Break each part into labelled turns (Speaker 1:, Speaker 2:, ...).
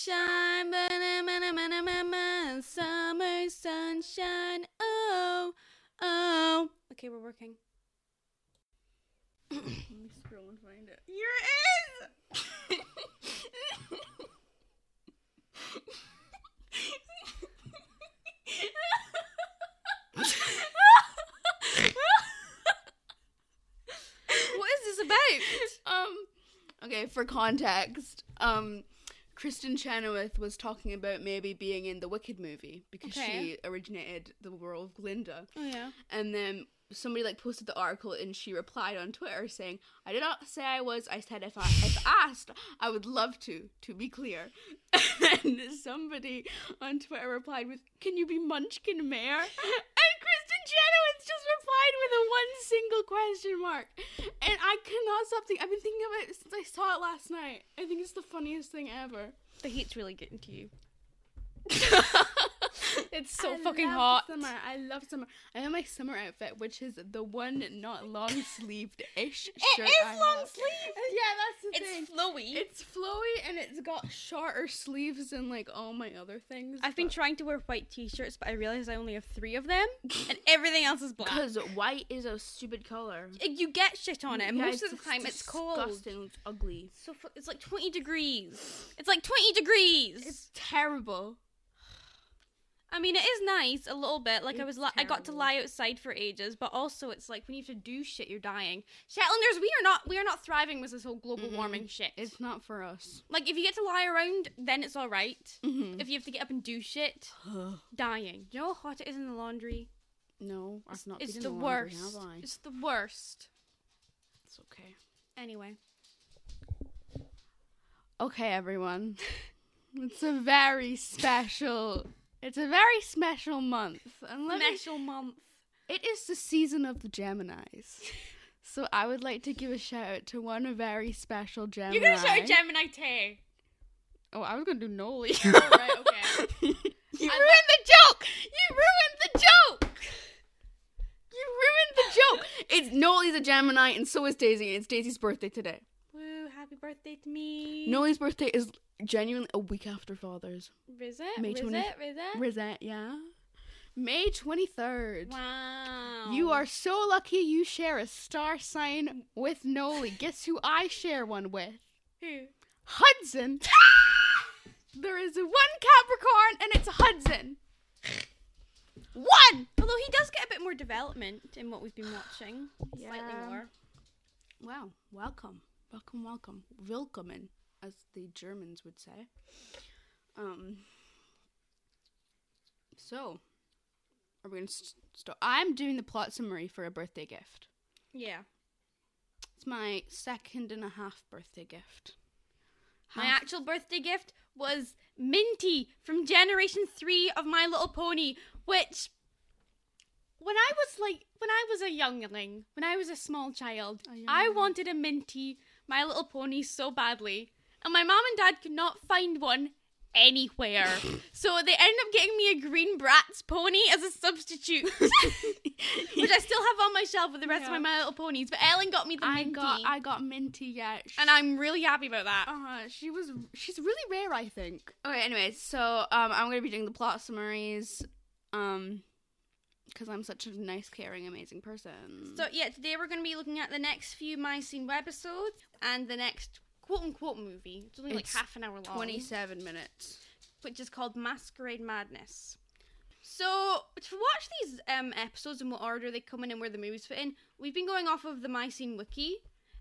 Speaker 1: sunshine, ba-na-ma-na-ma-na-ma-ma, summer sunshine. Oh, oh. Okay, we're working.
Speaker 2: Let me scroll and find it. Here it
Speaker 1: What is this about?
Speaker 2: um, okay, for context, um, Kristen Chenoweth was talking about maybe being in the Wicked movie because
Speaker 1: Okay.
Speaker 2: she originated the role of Glinda.
Speaker 1: Oh yeah.
Speaker 2: and then somebody like posted the article and she replied on twitter saying i did not say i was i said if i if asked i would love to to be clear and somebody on twitter replied with can you be munchkin mayor and kristen chenoweth just replied with a one single question mark and i cannot stop thinking i've been thinking about it since i saw it last night i think it's the funniest thing ever
Speaker 1: The heat's really getting to you.
Speaker 2: it's
Speaker 1: so fucking hot.
Speaker 2: Summer. I love summer. I have my summer outfit, which is the one not long sleeved ish shirt.
Speaker 1: is
Speaker 2: I
Speaker 1: long
Speaker 2: have. Uh,
Speaker 1: sleeved.
Speaker 2: Yeah, that's the thing.
Speaker 1: flowy.
Speaker 2: It's flowy and it's got shorter sleeves than like all my other things.
Speaker 1: I've been trying to wear white t-shirts, but I realize I only have three of them, and everything else is black.
Speaker 2: because white is a stupid color.
Speaker 1: You get shit on it, and
Speaker 2: Yeah,
Speaker 1: most of the
Speaker 2: dis-
Speaker 1: time it's cold.
Speaker 2: Disgusting. It's ugly.
Speaker 1: So fu- it's like 20 degrees. It's like 20 degrees.
Speaker 2: It's terrible.
Speaker 1: I mean, it is nice a little bit. Like I was,
Speaker 2: It's
Speaker 1: li- I got to
Speaker 2: terrible.
Speaker 1: lie outside for ages, but also it's like when you have to do shit, you're dying. Shetlanders, we are not, we are not thriving with this whole global warming shit.
Speaker 2: It's not for us.
Speaker 1: like if you get to lie around, then it's all right.
Speaker 2: Mhm.
Speaker 1: If you have to get up and do shit, dying. Do you know how hot it is in the laundry?
Speaker 2: no, I've not.
Speaker 1: It's
Speaker 2: been
Speaker 1: the
Speaker 2: in laundry,
Speaker 1: worst.
Speaker 2: have I?
Speaker 1: It's the worst.
Speaker 2: It's okay.
Speaker 1: Anyway,
Speaker 2: Okay, everyone. It's a very special. It's a very special month, and let me,
Speaker 1: special month.
Speaker 2: it is the season of the Gemini's. So I would like to give a shout out to one very special Gemini.
Speaker 1: You're gonna shout out Gemini Tay.
Speaker 2: Oh, I was gonna do Noli.
Speaker 1: right, okay.
Speaker 2: you
Speaker 1: I-
Speaker 2: ruined the joke. You ruined the joke. You ruined the joke. It's Noli's a Gemini, and so is Daisy. It's Daisy's birthday today.
Speaker 1: Woo! Happy birthday to me.
Speaker 2: Noli's birthday is genuinely a week after Father's.
Speaker 1: Riz it,
Speaker 2: May
Speaker 1: riz
Speaker 2: 20
Speaker 1: it, riz it.
Speaker 2: Resent, yeah. May 23rd.
Speaker 1: Wow.
Speaker 2: You are so lucky you share a star sign with Noli. Guess who I share one with?
Speaker 1: who?
Speaker 2: Hudson. there is one Capricorn and it's Hudson. One!
Speaker 1: Although he does get a bit more development in what we've been watching, slightly
Speaker 2: Yeah.
Speaker 1: more.
Speaker 2: Wow, welcome. Welcome, welcome. Willkommen, as the Germans would say. Um. So, are we going to st- start? I'm doing the plot summary for a birthday gift.
Speaker 1: Yeah.
Speaker 2: It's my second and a half birthday gift.
Speaker 1: My
Speaker 2: Half-
Speaker 1: actual birthday gift was Minty from Generation 3 of My Little Pony, which when I was like when I was a youngling, when I was a small child,
Speaker 2: A
Speaker 1: I
Speaker 2: youngling.
Speaker 1: wanted a Minty My Little Pony so badly, and my mom and dad could not find one anywhere. so they ended up getting me a green Bratz pony as a substitute. Which I still have on my shelf with the rest
Speaker 2: Yeah.
Speaker 1: of my My Little Ponies, but Ellen got me the
Speaker 2: I
Speaker 1: Minty,
Speaker 2: got I got Minty yeah. She,
Speaker 1: and I'm really happy about that.
Speaker 2: uh, she was she's really rare I think. Okay, anyways, so um, I'm gonna be doing the plot summaries, um, because I'm such a nice, caring, amazing person.
Speaker 1: So yeah, today we're going to be looking at the next few My Scene webisodes and the next quote unquote movie. It's only
Speaker 2: It's
Speaker 1: like half an hour long,
Speaker 2: 27 minutes.
Speaker 1: which is called Masquerade Madness. So to watch these um, episodes and what order they come in and where the movies fit in, we've been going off of the My Scene wiki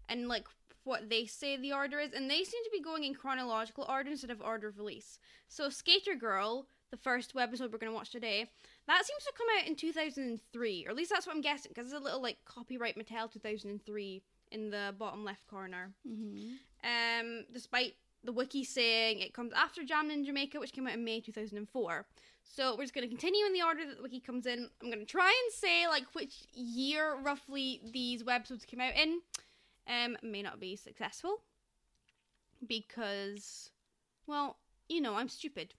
Speaker 1: and like what they say the order is, and they seem to be going in chronological order instead of order of release. So Skater Girl, the first webisode we're going to watch today, that seems to come out in 2003, or at least that's what I'm guessing, because there's a little like copyright Mattel 2003 in the bottom left corner.
Speaker 2: Mm-hmm.
Speaker 1: Um, despite the wiki saying it comes after Jammed in Jamaica, which came out in May 2004. So we're just going to continue in the order that the wiki comes in. I'm going to try and say like which year roughly these webisodes came out in. Um, may not be successful because, well, you know, I'm stupid.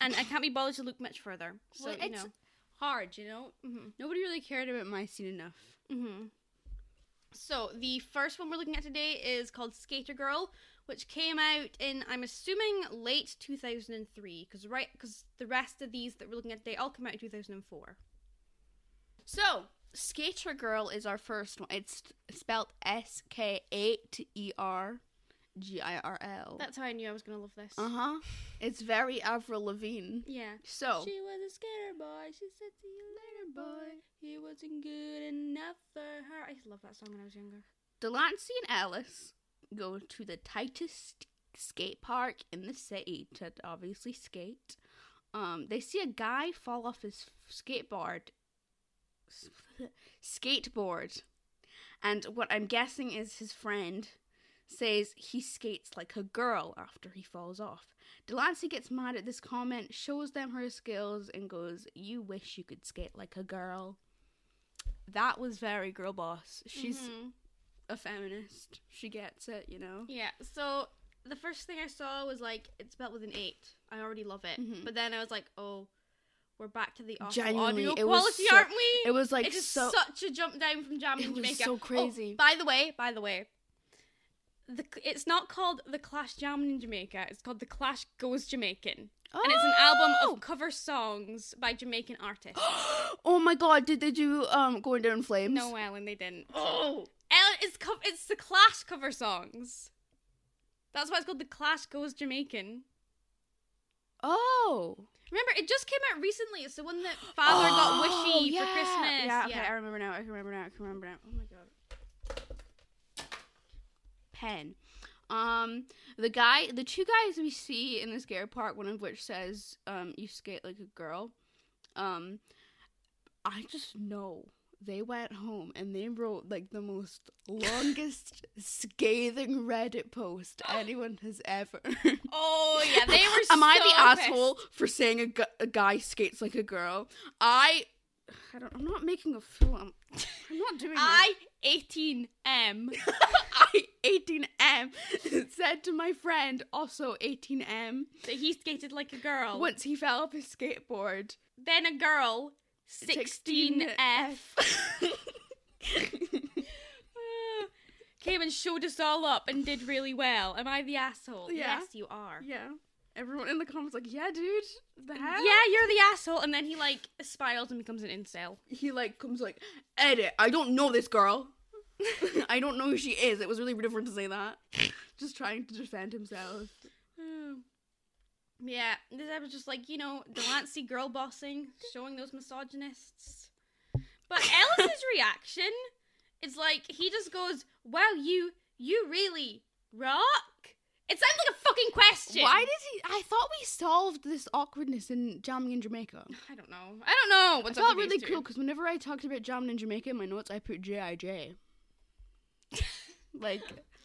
Speaker 1: And I can't be bothered to look much further. So,
Speaker 2: Well,
Speaker 1: you
Speaker 2: it's
Speaker 1: know.
Speaker 2: hard, you know.
Speaker 1: Mm-hmm.
Speaker 2: Nobody really cared about my scene enough.
Speaker 1: Mm-hmm. So the first one we're looking at today is called Skater Girl, which came out in I'm assuming late 2003 because right because the rest of these that we're looking at today all came out in 2004.
Speaker 2: So, Skater Girl is our first one. It's spelled S K A T E R G I R L.
Speaker 1: That's how I knew I was gonna love this.
Speaker 2: Uh huh. It's very Avril Lavigne.
Speaker 1: Yeah.
Speaker 2: So,
Speaker 1: She was a skater boy. She said, "See you later, boy." He wasn't good enough for her. I used to love that song when I was younger.
Speaker 2: Delancey and Alice go to the tightest skate park in the city to obviously skate. Um, they see a guy fall off his skateboard. Skateboard. And what I'm guessing is his friend says he skates like a girl after he falls off. Delancey gets mad at this comment, shows them her skills, and goes, You wish you could skate like a girl. That was very girl boss. She's
Speaker 1: Mhm.
Speaker 2: a feminist. She gets it, you know.
Speaker 1: yeah. So the first thing I saw was like it's spelled with an eight. I already love it,
Speaker 2: Mhm.
Speaker 1: but then I was like, oh, we're back to the awful
Speaker 2: Genuinely,
Speaker 1: audio
Speaker 2: it was
Speaker 1: quality,
Speaker 2: so-
Speaker 1: aren't we?
Speaker 2: It was like
Speaker 1: It is
Speaker 2: so.
Speaker 1: such a jump down from Jam
Speaker 2: It
Speaker 1: in
Speaker 2: was
Speaker 1: Jamaica.
Speaker 2: so
Speaker 1: Oh,
Speaker 2: crazy.
Speaker 1: by the way, by the way, the, c- it's not called the Clash Jam in Jamaica. It's called the Clash Goes Jamaican, and it's an album of cover songs by Jamaican artists.
Speaker 2: oh my god! Did they do um going down in flames?
Speaker 1: no, Ellen, they didn't.
Speaker 2: Oh.
Speaker 1: Ellen, it's co- it's the Clash cover songs. That's why it's called the Clash Goes Jamaican.
Speaker 2: Oh.
Speaker 1: Remember, it just came out recently. It's the one that Father got
Speaker 2: Oh,
Speaker 1: wishy
Speaker 2: yeah.
Speaker 1: for Christmas.
Speaker 2: Yeah, okay, I remember now. I can remember now. I can remember now. Oh my god. Pen. Um, the guy, the two guys we see in the scare part, one of which says, um, you skate like a girl. Um, I just know they went home and they wrote like the most longest scathing Reddit post anyone has ever.
Speaker 1: Oh yeah, they were.
Speaker 2: Am I
Speaker 1: so
Speaker 2: the asshole
Speaker 1: pissed.
Speaker 2: for saying a, gu- a guy skates like a girl? I, I don't. I'm not making a fool. I'm, I'm not doing.
Speaker 1: I eighteen M.
Speaker 2: that. I 18M said to my friend, also 18M,
Speaker 1: that he skated like a girl.
Speaker 2: once he fell off his skateboard.
Speaker 1: Then a girl, 16F, came and showed us all up and did really well. Am I the asshole?
Speaker 2: Yeah.
Speaker 1: Yes, you are.
Speaker 2: yeah. Everyone in the comments like, yeah, dude. The hell?
Speaker 1: Yeah, you're the asshole. And then he like spirals and becomes an incel.
Speaker 2: he like comes like edit i don't know this girl i don't know who she is it was really different to say that just trying to defend himself
Speaker 1: Hmm. yeah, this I was just like, you know, Delancey girl bossing, showing those misogynists. But Ellis's reaction is like he just goes, "Wow, you you really rock." It sounds like a fucking question.
Speaker 2: why did he i thought we solved this awkwardness in jamming in jamaica
Speaker 1: I don't know. I don't know
Speaker 2: it's
Speaker 1: what's
Speaker 2: felt
Speaker 1: up with
Speaker 2: really
Speaker 1: these
Speaker 2: cool
Speaker 1: two.
Speaker 2: because whenever i talked about jamming in jamaica in my notes i put jij like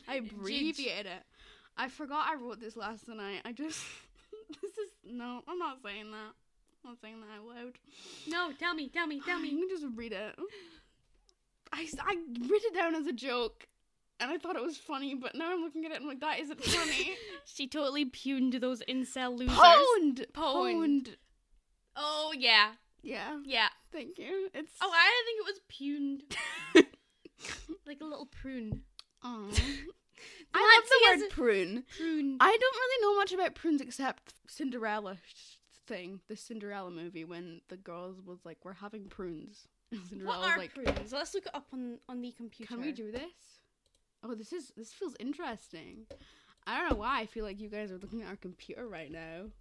Speaker 2: i abbreviate it i forgot i wrote this last night i just this is no i'm not saying that i'm not saying that out loud
Speaker 1: No, tell me, tell me, tell
Speaker 2: You
Speaker 1: me.
Speaker 2: can just read it. I, s- I wrote it down as a joke, and I thought it was funny, but now I'm looking at it and I'm like, that isn't funny.
Speaker 1: she totally puned those incel losers.
Speaker 2: Pwned!
Speaker 1: Pwned.
Speaker 2: Pwned.
Speaker 1: Oh yeah,
Speaker 2: Yeah,
Speaker 1: yeah.
Speaker 2: thank you. It's.
Speaker 1: Oh, I think it was puned, like a little prune.
Speaker 2: Aw. I
Speaker 1: Delancey
Speaker 2: love
Speaker 1: is a-
Speaker 2: the word prune.
Speaker 1: Prune.
Speaker 2: I don't really know much about prunes except Cinderella sh- thing, the Cinderella movie when the girls was like, "We're having prunes." And Cinderella
Speaker 1: What
Speaker 2: was
Speaker 1: are
Speaker 2: like,
Speaker 1: prunes? Let's look it up on on the computer.
Speaker 2: Can we do this? Oh, this is this feels interesting. I don't know why I feel like you guys are looking at our computer right now.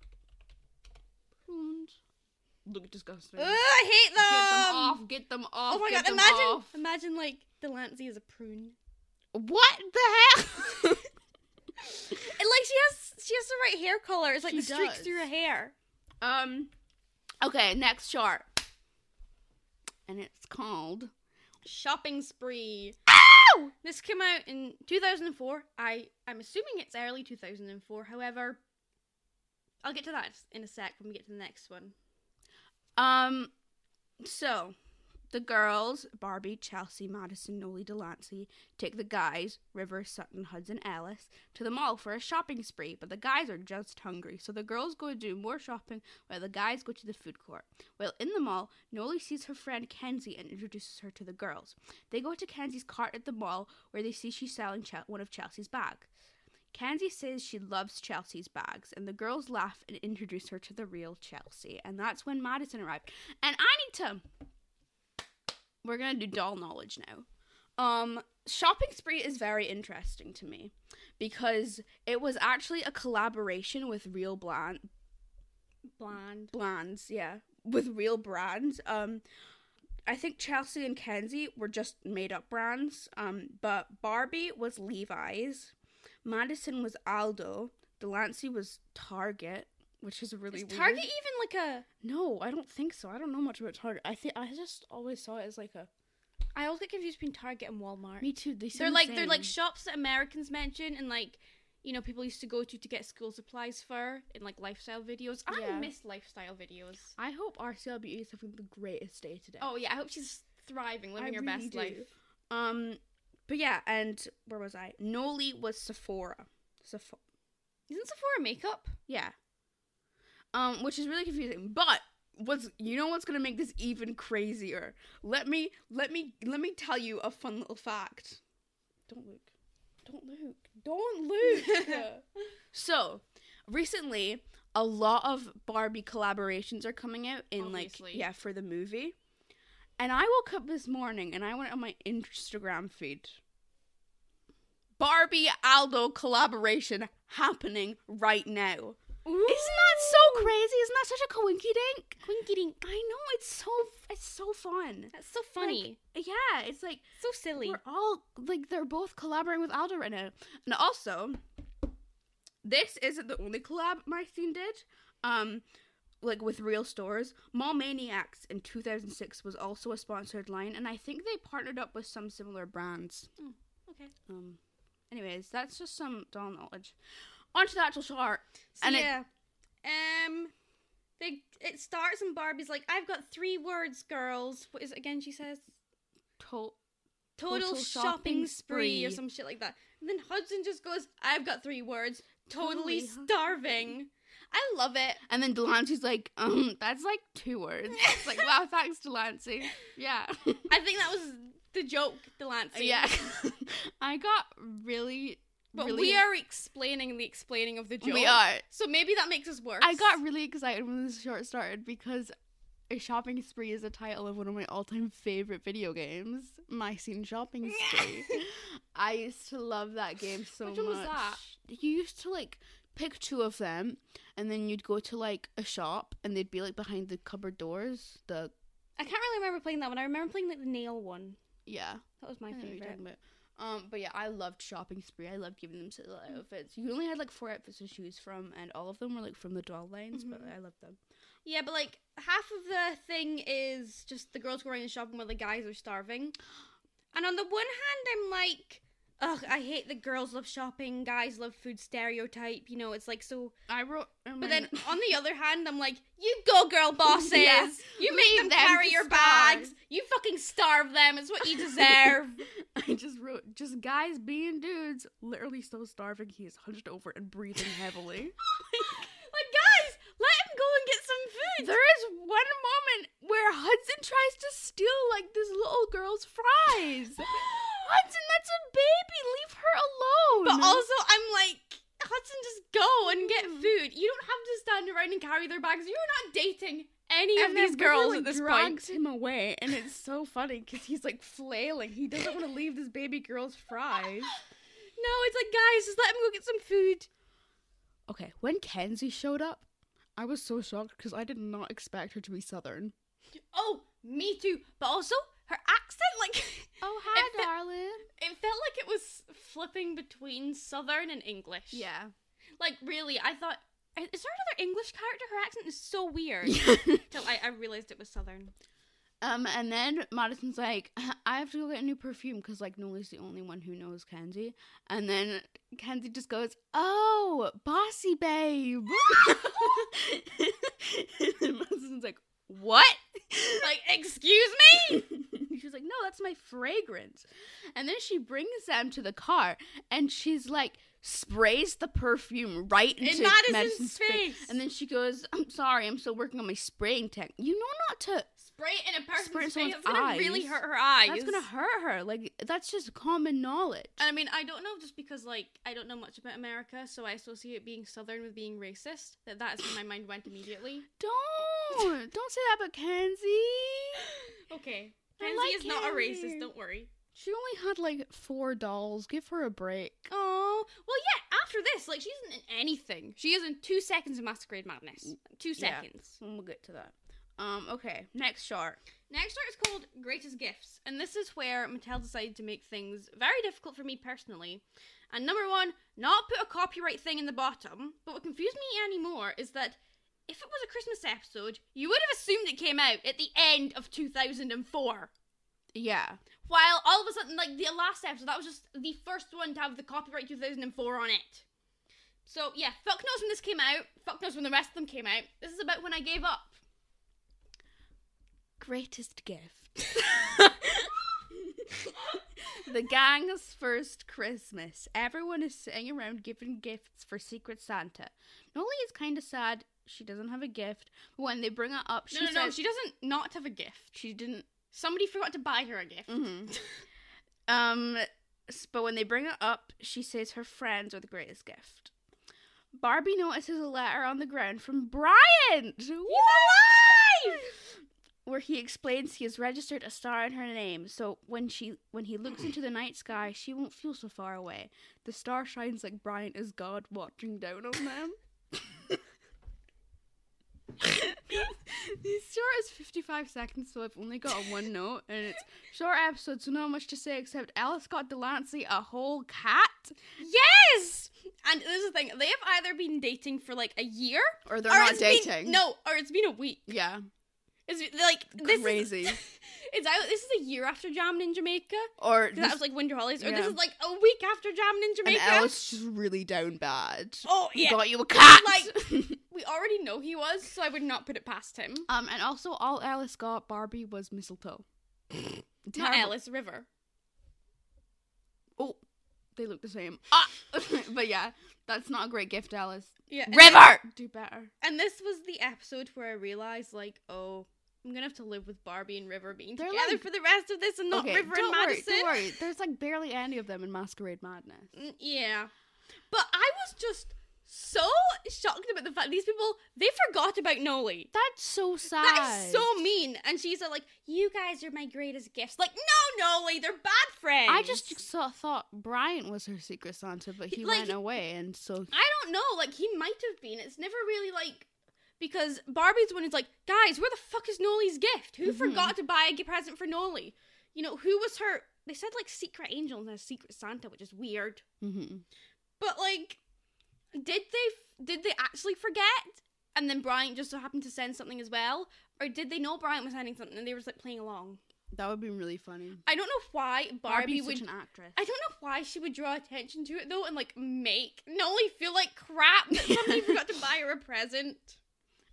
Speaker 2: Prunes. Look disgusting.
Speaker 1: Ugh, I hate them.
Speaker 2: Get them off! Get them off!
Speaker 1: Oh my
Speaker 2: get
Speaker 1: god!
Speaker 2: them
Speaker 1: Imagine,
Speaker 2: off.
Speaker 1: imagine like Delancey is a prune.
Speaker 2: what the hell?
Speaker 1: And like she has, she has the right hair color. It's like
Speaker 2: She
Speaker 1: the streaks
Speaker 2: does.
Speaker 1: through her hair.
Speaker 2: um. Okay, next chart, and it's called.
Speaker 1: Shopping spree.
Speaker 2: Ow!
Speaker 1: This came out in 2004. I I'm assuming it's early 2004. However, I'll get to that in a sec when we get to the next one.
Speaker 2: Um, so The girls, Barbie, Chelsea, Madison, Noli Delancey, take the guys, River, Sutton, Hudson, Alice, to the mall for a shopping spree, but the guys are just hungry, so the girls go to do more shopping while the guys go to the food court. While in the mall, Noli sees her friend Kenzie and introduces her to the girls. They go to Kenzie's cart at the mall where they see she's selling Chel- one of Chelsea's bags. Kenzie says she loves Chelsea's bags, and the girls laugh and introduce her to the real Chelsea. And that's when Madison arrived. And I need to. We're gonna do doll knowledge now. Um, shopping spree is very interesting to me because it was actually a collaboration with real bland
Speaker 1: Bland.
Speaker 2: brands, yeah, with real brands. Um, I think Chelsea and Kenzie were just made up brands. Um, but Barbie was Levi's, Madison was Aldo, Delancey was Target, which is really
Speaker 1: Is
Speaker 2: weird.
Speaker 1: Target even like a?
Speaker 2: No, I don't think so. I don't know much about Target. I think I just always saw it as like a.
Speaker 1: I always get confused between Target and Walmart.
Speaker 2: Me too. They
Speaker 1: They're like they're like shops that Americans mention and like you know people used to go to to get school supplies for in like lifestyle videos. I
Speaker 2: Yeah.
Speaker 1: miss lifestyle videos.
Speaker 2: I hope RCLBE is having the greatest day today.
Speaker 1: Oh yeah, I hope she's thriving, living
Speaker 2: I
Speaker 1: her
Speaker 2: really
Speaker 1: best
Speaker 2: do.
Speaker 1: life.
Speaker 2: Um, but yeah, and where was I? Noli was Sephora. Sephora.
Speaker 1: Isn't Sephora makeup?
Speaker 2: Yeah. Um, which is really confusing. But what's you know what's gonna make this even crazier? Let me let me let me tell you a fun little fact. Don't look. Don't look. Don't look. so recently a lot of Barbie collaborations are coming out in like
Speaker 1: Obviously.
Speaker 2: yeah, for the movie. And I woke up this morning and I went on my Instagram feed. Barbie Aldo collaboration happening right now. Isn't that so crazy? Isn't that such a coinky dink?
Speaker 1: Quinky dink.
Speaker 2: I know it's so it's so fun.
Speaker 1: That's so funny.
Speaker 2: Yeah, it's like
Speaker 1: so silly.
Speaker 2: we're all like they're both collaborating with Aldo right now. And also, this isn't the only collab my scene did. Um, like with real stores, Mall Maniacs in 2006 was also a sponsored line, and I think they partnered up with some similar brands.
Speaker 1: okay.
Speaker 2: Um, anyways, that's just some doll knowledge. Onto the actual chart.
Speaker 1: So,
Speaker 2: And it-
Speaker 1: yeah. um they it starts and Barbie's like, I've got three words, girls. What is it again she says?
Speaker 2: To-
Speaker 1: Total,
Speaker 2: Total
Speaker 1: shopping,
Speaker 2: shopping
Speaker 1: spree. or
Speaker 2: spree.
Speaker 1: some shit like that. And then Hudson just goes, I've got three words. Totally,
Speaker 2: Totally, huh?
Speaker 1: starving. I love it.
Speaker 2: And then Delancey's like, um, that's like two words. It's like, wow, thanks, Delancey. Yeah.
Speaker 1: I think that was the joke, Delancey.
Speaker 2: yeah. I got really,
Speaker 1: But
Speaker 2: really.
Speaker 1: we are explaining the explaining of the joke.
Speaker 2: We are.
Speaker 1: So maybe that makes us worse.
Speaker 2: I got really excited when this short started because A Shopping Spree is the title of one of my all time favorite video games, My Scene Shopping Spree. I used to love that game so
Speaker 1: Which
Speaker 2: much.
Speaker 1: one was that?
Speaker 2: You used to like pick two of them and then you'd go to like a shop and they'd be like behind the cupboard doors. The,
Speaker 1: I can't really remember playing that one. I remember playing like the nail one.
Speaker 2: yeah.
Speaker 1: That was my
Speaker 2: I know what you're
Speaker 1: favorite.
Speaker 2: talking about. Um, but yeah, I loved shopping spree. I loved giving them little outfits. You only had like four outfits to choose from, and all of them were like from the doll lines. But
Speaker 1: Mhm.
Speaker 2: I loved them.
Speaker 1: Yeah, but like half of the thing is just the girls going and shopping while the guys are starving. And on the one hand, I'm like, ugh, I hate the girls love shopping, guys love food stereotype. You know, it's like so.
Speaker 2: I wrote,
Speaker 1: But then on the other hand, I'm like, you go, girl bosses.
Speaker 2: Mm. Yeah.
Speaker 1: You make
Speaker 2: Leave
Speaker 1: them,
Speaker 2: them
Speaker 1: carry
Speaker 2: to
Speaker 1: your
Speaker 2: starve."
Speaker 1: bags. You fucking starve them. It's what you deserve.
Speaker 2: I just wrote, just guys being dudes, literally so starving he is hunched over and breathing heavily.
Speaker 1: like, guys, let him go and get some food.
Speaker 2: there is one moment where Hudson tries to steal like this little girl's fries. Hudson, that's a baby. Leave her alone.
Speaker 1: But also, I'm like, Hudson, just go and get food. You don't have to stand around and carry their bags. You're not dating any of
Speaker 2: then
Speaker 1: these
Speaker 2: River,
Speaker 1: girls
Speaker 2: like,
Speaker 1: at this
Speaker 2: drags
Speaker 1: point.
Speaker 2: him away, and it's so funny because he's like flailing. He doesn't want to leave this baby girl's fries.
Speaker 1: No, it's like, guys, just let him go get some food.
Speaker 2: Okay, when Kenzie showed up, I was so shocked because I did not expect her to be Southern.
Speaker 1: Oh, me too. But also, her accent, like,
Speaker 2: Oh,
Speaker 1: hi,
Speaker 2: darling.
Speaker 1: it felt like it was flipping between Southern and English.
Speaker 2: Yeah.
Speaker 1: Like, really, I thought, is there another English character? Her accent is so weird. Till I, I realized it was Southern.
Speaker 2: um, and then Madison's like, I have to go get a new perfume because like Noli's the only one who knows Kenzie. And then Kenzie just goes, "Oh, bossy babe." and then Madison's like, "What?"
Speaker 1: Like, excuse me?
Speaker 2: my fragrance. And then she brings them to the car and she's like, sprays the perfume right
Speaker 1: In
Speaker 2: into
Speaker 1: Madison's
Speaker 2: Madison's fa-
Speaker 1: face.
Speaker 2: And then she goes, I'm sorry, I'm still working on my spraying tech. You know not to.
Speaker 1: Spray it in a person's
Speaker 2: Spray in
Speaker 1: face.
Speaker 2: someone's
Speaker 1: It's gonna really
Speaker 2: eyes.
Speaker 1: hurt her eyes.
Speaker 2: That's going to hurt her. Like, that's just common knowledge.
Speaker 1: And I mean, I don't know, just because like I don't know much about America, so I associate being Southern with being racist. That that's where my mind went immediately.
Speaker 2: Don't. Don't say that about Kenzie.
Speaker 1: Okay,
Speaker 2: I
Speaker 1: Kenzie
Speaker 2: like
Speaker 1: is not a
Speaker 2: Kenzie.
Speaker 1: racist. Don't worry.
Speaker 2: She only had like four dolls. Give her a break.
Speaker 1: Oh well, yeah. After this, like she isn't in anything. She is in two seconds of Masquerade Madness. Two
Speaker 2: Yeah.
Speaker 1: seconds.
Speaker 2: We'll get to that. Um. Okay. Next chart.
Speaker 1: Next art is called Greatest Gifts, and this is where Mattel decided to make things very difficult for me personally. And number one, not put a copyright thing in the bottom. But what confused me anymore is that if it was a Christmas episode, you would have assumed it came out at the end of 2004.
Speaker 2: Yeah.
Speaker 1: While all of a sudden, like the last episode, that was just the first one to have the copyright 2004 on it. So yeah, fuck knows when this came out. Fuck knows when the rest of them came out. This is about when I gave up.
Speaker 2: Greatest gift. the gang's first Christmas. Everyone is sitting around giving gifts for Secret Santa. Nolly is kind of sad she doesn't have a gift. But when they bring it up, she
Speaker 1: No, no, no.
Speaker 2: says
Speaker 1: She doesn't not have a gift.
Speaker 2: she didn't.
Speaker 1: Somebody forgot to buy her a gift.
Speaker 2: Mhm. um. s- But when they bring it up, she says her friends are the greatest gift. Barbie notices a letter on the ground from Brian.
Speaker 1: alive!
Speaker 2: where he explains he has registered a star in her name, so when she when he looks into the night sky, she won't feel so far away. The star shines like Brian is God watching down on them. this short is 55 seconds, so I've only got a one note, and it's short episode, so not much to say except Alice got Delancey a whole cat,
Speaker 1: Yes! And this is the thing, they have either been dating for like a year.
Speaker 2: or they're
Speaker 1: or
Speaker 2: not
Speaker 1: it's been-
Speaker 2: dating.
Speaker 1: no, or it's been a week.
Speaker 2: yeah,
Speaker 1: It's been- like this is-
Speaker 2: Crazy.
Speaker 1: it's out this is a year after jamming in Jamaica.
Speaker 2: or
Speaker 1: 'cause that was like winter holidays. Or
Speaker 2: yeah.
Speaker 1: this is like a week after jamming in
Speaker 2: and
Speaker 1: Jamaica.
Speaker 2: Alice just really down bad.
Speaker 1: oh
Speaker 2: He
Speaker 1: yeah.
Speaker 2: Got you a cat.
Speaker 1: Like- We already know he was, so I would not put it past him.
Speaker 2: Um, and also all Alice got Barbie was mistletoe.
Speaker 1: Not
Speaker 2: Terrible.
Speaker 1: Alice River.
Speaker 2: Oh, they look the same. Ah, but yeah, that's not a great gift, Alice.
Speaker 1: Yeah. and
Speaker 2: River, do better.
Speaker 1: And this was the episode where I realized, like, oh, I'm gonna have to live with Barbie and River being
Speaker 2: They're
Speaker 1: together
Speaker 2: like-
Speaker 1: for the rest of this, and not
Speaker 2: Okay,
Speaker 1: River and
Speaker 2: don't worry,
Speaker 1: Madison.
Speaker 2: don't worry. There's like barely any of them in Masquerade Madness.
Speaker 1: Mm, Yeah, but I was just so shocked about the fact these people they forgot about Noli.
Speaker 2: That's so sad.
Speaker 1: That is so mean. And she's all like, "You guys are my greatest gifts." Like, no, Noli, they're bad friends.
Speaker 2: I just so- thought Brian was her secret Santa, but he
Speaker 1: Like-
Speaker 2: went away, and so
Speaker 1: I don't know. Like, he might have been. It's never really like. Because Barbie's one is like, guys, where the fuck is Noli's gift? Who
Speaker 2: Mhm.
Speaker 1: forgot to buy a gi- present for Noli? You know, who was her? They said like secret angel and a secret Santa, which is weird.
Speaker 2: hmm
Speaker 1: But like, did they did they actually forget? And then Bryant just so happened to send something as well, or did they know Bryant was sending something and they were just like playing along?
Speaker 2: that would be really funny.
Speaker 1: I don't know why Barbie
Speaker 2: Barbie's
Speaker 1: would.
Speaker 2: such an actress.
Speaker 1: I don't know why she would draw attention to it though, and like make Nolly feel like crap that somebody forgot to buy her a present.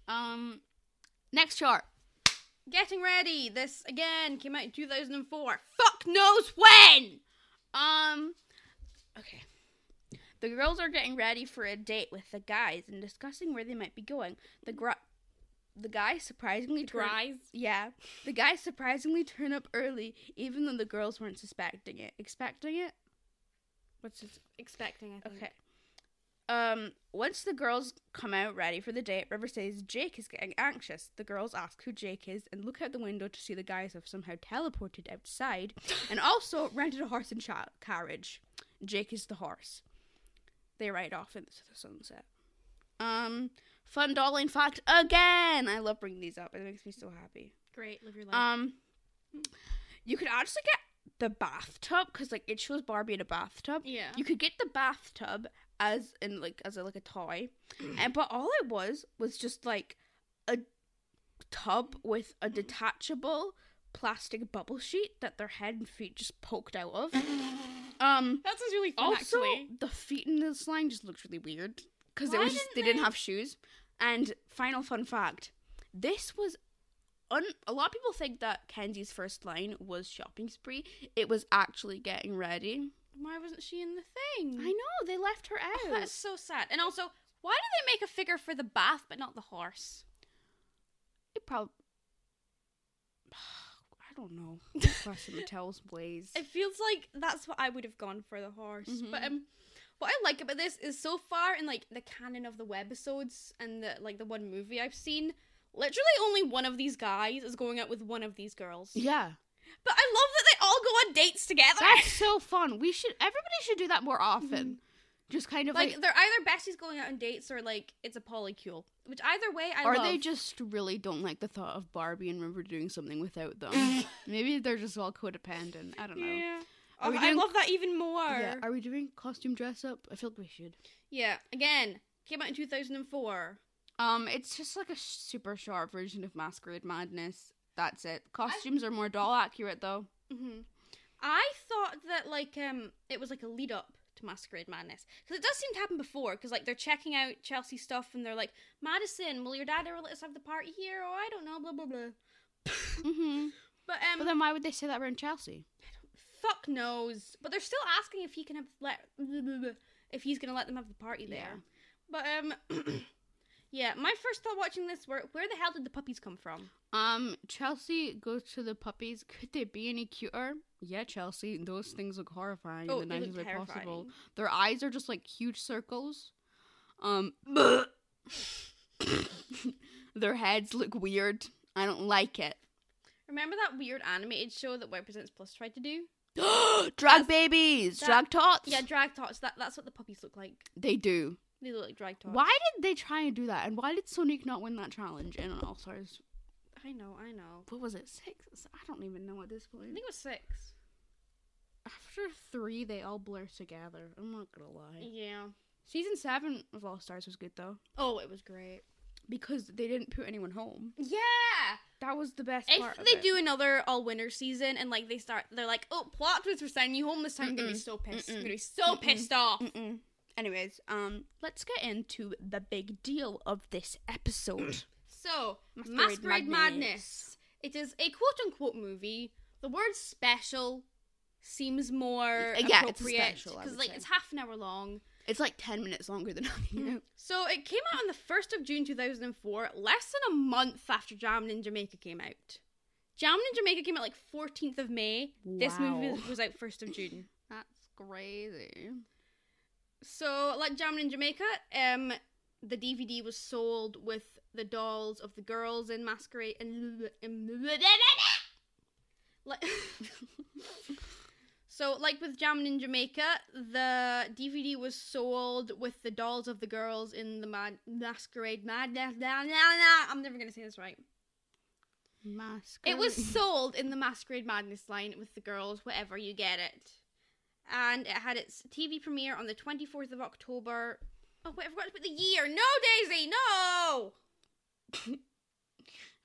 Speaker 2: um, next chart.
Speaker 1: Getting ready. This again came out in 2004. Fuck knows when.
Speaker 2: Um, okay. The girls are getting ready for a date with the guys and discussing where they might be going. The gr- the guys surprisingly turn- yeah, the guys surprisingly turn up early, even though the girls weren't suspecting it. Expecting it. What's his
Speaker 1: expecting. I think.
Speaker 2: okay? Um, once the girls come out ready for the date, River says Jake is getting anxious. The girls ask who Jake is and look out the window to see the guys have somehow teleported outside and also rented a horse and cha- carriage. Jake is the horse. They ride off into the sunset. Um, fun dolling fact again. I love bringing these up. It makes me so happy.
Speaker 1: Great. Live your life.
Speaker 2: Um, you could actually get the bathtub because like it shows Barbie in a bathtub.
Speaker 1: yeah.
Speaker 2: You could get the bathtub as in like as a, like a toy, and but all it was was just like a tub with a detachable plastic bubble sheet that their head and feet just poked out of. um,
Speaker 1: that sounds really fun.
Speaker 2: also
Speaker 1: actually.
Speaker 2: the feet in this line just looked really weird because it
Speaker 1: Why
Speaker 2: was just
Speaker 1: didn't
Speaker 2: they didn't
Speaker 1: they-
Speaker 2: have shoes. And final fun fact: this was un- a lot of people think that Kenzie's first line was shopping spree. It was actually getting ready.
Speaker 1: Why wasn't she in the thing?
Speaker 2: I know they left her out.
Speaker 1: Oh, that's so sad. And also, why do they make a figure for the bath but not the horse?
Speaker 2: it probably. I don't know. Good Question Mattel's ways.
Speaker 1: It feels like that's what I would have gone for the horse. But
Speaker 2: Mhm.
Speaker 1: um, what I like about this is so far in like the canon of the webisodes and the like the one movie I've seen, literally only one of these guys is going out with one of these girls.
Speaker 2: yeah,
Speaker 1: But I love that they all go on dates together.
Speaker 2: that's so fun. We should. Everybody should do that more often. Just kind of
Speaker 1: like
Speaker 2: Mm-hmm. like,
Speaker 1: they're either Bessie's going out on dates or like it's a polycule. Which either way, I
Speaker 2: or
Speaker 1: love.
Speaker 2: they just really don't like the thought of Barbie and River doing something without them. Maybe they're just all codependent. I don't know.
Speaker 1: Yeah.
Speaker 2: Are
Speaker 1: Oh,
Speaker 2: we
Speaker 1: I
Speaker 2: doing-
Speaker 1: love that even more.
Speaker 2: Yeah, Are we doing costume dress up? I feel like we should.
Speaker 1: yeah. Again, came out in two thousand and four.
Speaker 2: Um, it's just like a sh- super short version of Masquerade Madness. That's it. Costumes are more doll accurate though.
Speaker 1: hmm I thought that like um it was like a lead up to Masquerade Madness because it does seem to happen before because like they're checking out Chelsea stuff and they're like Madison, will your dad ever let us have the party here? Oh, I don't know, blah blah blah.
Speaker 2: Mm-hmm.
Speaker 1: But um,
Speaker 2: But then why would they say that around Chelsea?
Speaker 1: fuck knows. But they're still asking if he can have let if he's gonna let them have the party there. But um, yeah, my first thought watching this were where the hell did the puppies come from?
Speaker 2: Um, Chelsea goes to the puppies. Could they be any cuter? Yeah, Chelsea. Those things look horrifying in the
Speaker 1: Oh, they look
Speaker 2: nicest way possible.
Speaker 1: terrifying.
Speaker 2: Their eyes are just like huge circles. Um, their heads look weird. I don't like it.
Speaker 1: Remember that weird animated show that Y Presents Plus tried to do?
Speaker 2: drag babies,
Speaker 1: that-
Speaker 2: drag tots.
Speaker 1: Yeah, drag tots. That that's what the puppies look like.
Speaker 2: they do.
Speaker 1: They look like drag tots.
Speaker 2: Why did they try and do that? And why did Sonic not win that challenge in an All Stars?
Speaker 1: I know, I know.
Speaker 2: What was it? Six? I don't even know at this
Speaker 1: I
Speaker 2: point.
Speaker 1: think it was six.
Speaker 2: After three, they all blur together. I'm not gonna lie.
Speaker 1: Yeah.
Speaker 2: Season seven of All Stars was good though
Speaker 1: Oh, it was great.
Speaker 2: because they didn't put anyone home.
Speaker 1: Yeah.
Speaker 2: That was the best
Speaker 1: If
Speaker 2: part. of
Speaker 1: they
Speaker 2: it.
Speaker 1: do another all winter season and like they start, they're like, oh, plot twist, we're sending you home this time. I'm gonna be so pissed. I'm
Speaker 2: Mm-mm.
Speaker 1: gonna be so
Speaker 2: Mm-mm.
Speaker 1: pissed off.
Speaker 2: Mm-mm. Anyways, um, let's get into the big deal of this episode.
Speaker 1: So,
Speaker 2: Masquerade
Speaker 1: Masquerade Madness.
Speaker 2: Madness.
Speaker 1: It is a quote unquote movie. The word special seems more
Speaker 2: Y- yeah, it's a
Speaker 1: appropriate
Speaker 2: special, I
Speaker 1: because
Speaker 2: would
Speaker 1: like
Speaker 2: say.
Speaker 1: it's half an hour long.
Speaker 2: it's like ten minutes longer than you know.
Speaker 1: Mm-hmm. So it came out on the first of June two thousand and four, less than a month after Jammin' in Jamaica came out. Jammin' in Jamaica came out like fourteenth of May. This movie
Speaker 2: Wow.
Speaker 1: was- was out first of June.
Speaker 2: That's crazy.
Speaker 1: So like Jammin' in Jamaica, um, the DVD was sold with the dolls of the girls in masquerade and like. So, like with Jammin' in Jamaica, the DVD was sold with the dolls of the girls in the mad- masquerade madness. Nah, nah, nah. I'm never gonna say this right.
Speaker 2: Masquerade.
Speaker 1: It was
Speaker 2: Um,
Speaker 1: sold in the masquerade madness line with the girls, whatever you get it, and it had its TV premiere on the 24th of October. Oh wait, I forgot to put the year. No, Daisy, no.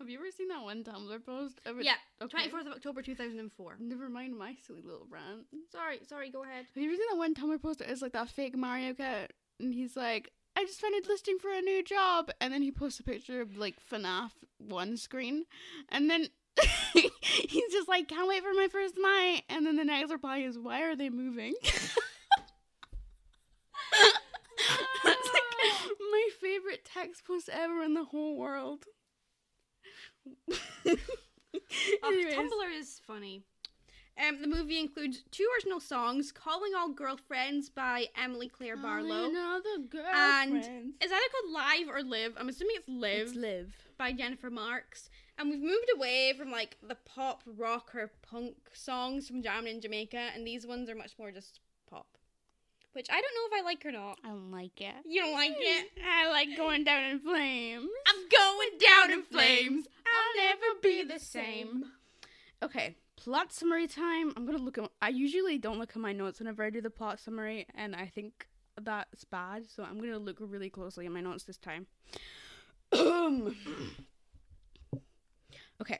Speaker 2: Have you ever seen that one Tumblr post? Of it-
Speaker 1: Yeah,
Speaker 2: okay.
Speaker 1: 24th of October 2004.
Speaker 2: Never mind my silly little rant.
Speaker 1: Sorry, sorry. Go ahead.
Speaker 2: Have you ever seen that one Tumblr post? It's like that fake Mario Kart, and he's like, "I just started listing for a new job," and then he posts a picture of like FNAF one screen, and then he's just like, "Can't wait for my first night," and then the next reply is, "Why are they moving?" That's like my favorite text post ever in the whole world.
Speaker 1: Oh,
Speaker 2: Anyways.
Speaker 1: Tumblr is funny. Um, the movie includes two original songs, "Calling All Girlfriends" by Emily Claire Barlow.
Speaker 2: and
Speaker 1: Is either called Live or Live? I'm assuming it's Live
Speaker 2: live.
Speaker 1: by Jennifer Marks. And we've moved away from like the pop rock or punk songs from Jammin' in Jamaica, and these ones are much more just pop, which I don't know if I like or not.
Speaker 2: I don't like it.
Speaker 1: You don't like it?
Speaker 2: I like going down in flames.
Speaker 1: I'm going down in flames.
Speaker 2: I'll never be the same. Okay, plot summary time. I'm gonna look at. I usually don't look at my notes whenever I do the plot summary, and I think that's bad. So I'm gonna look really closely at my notes this time. okay.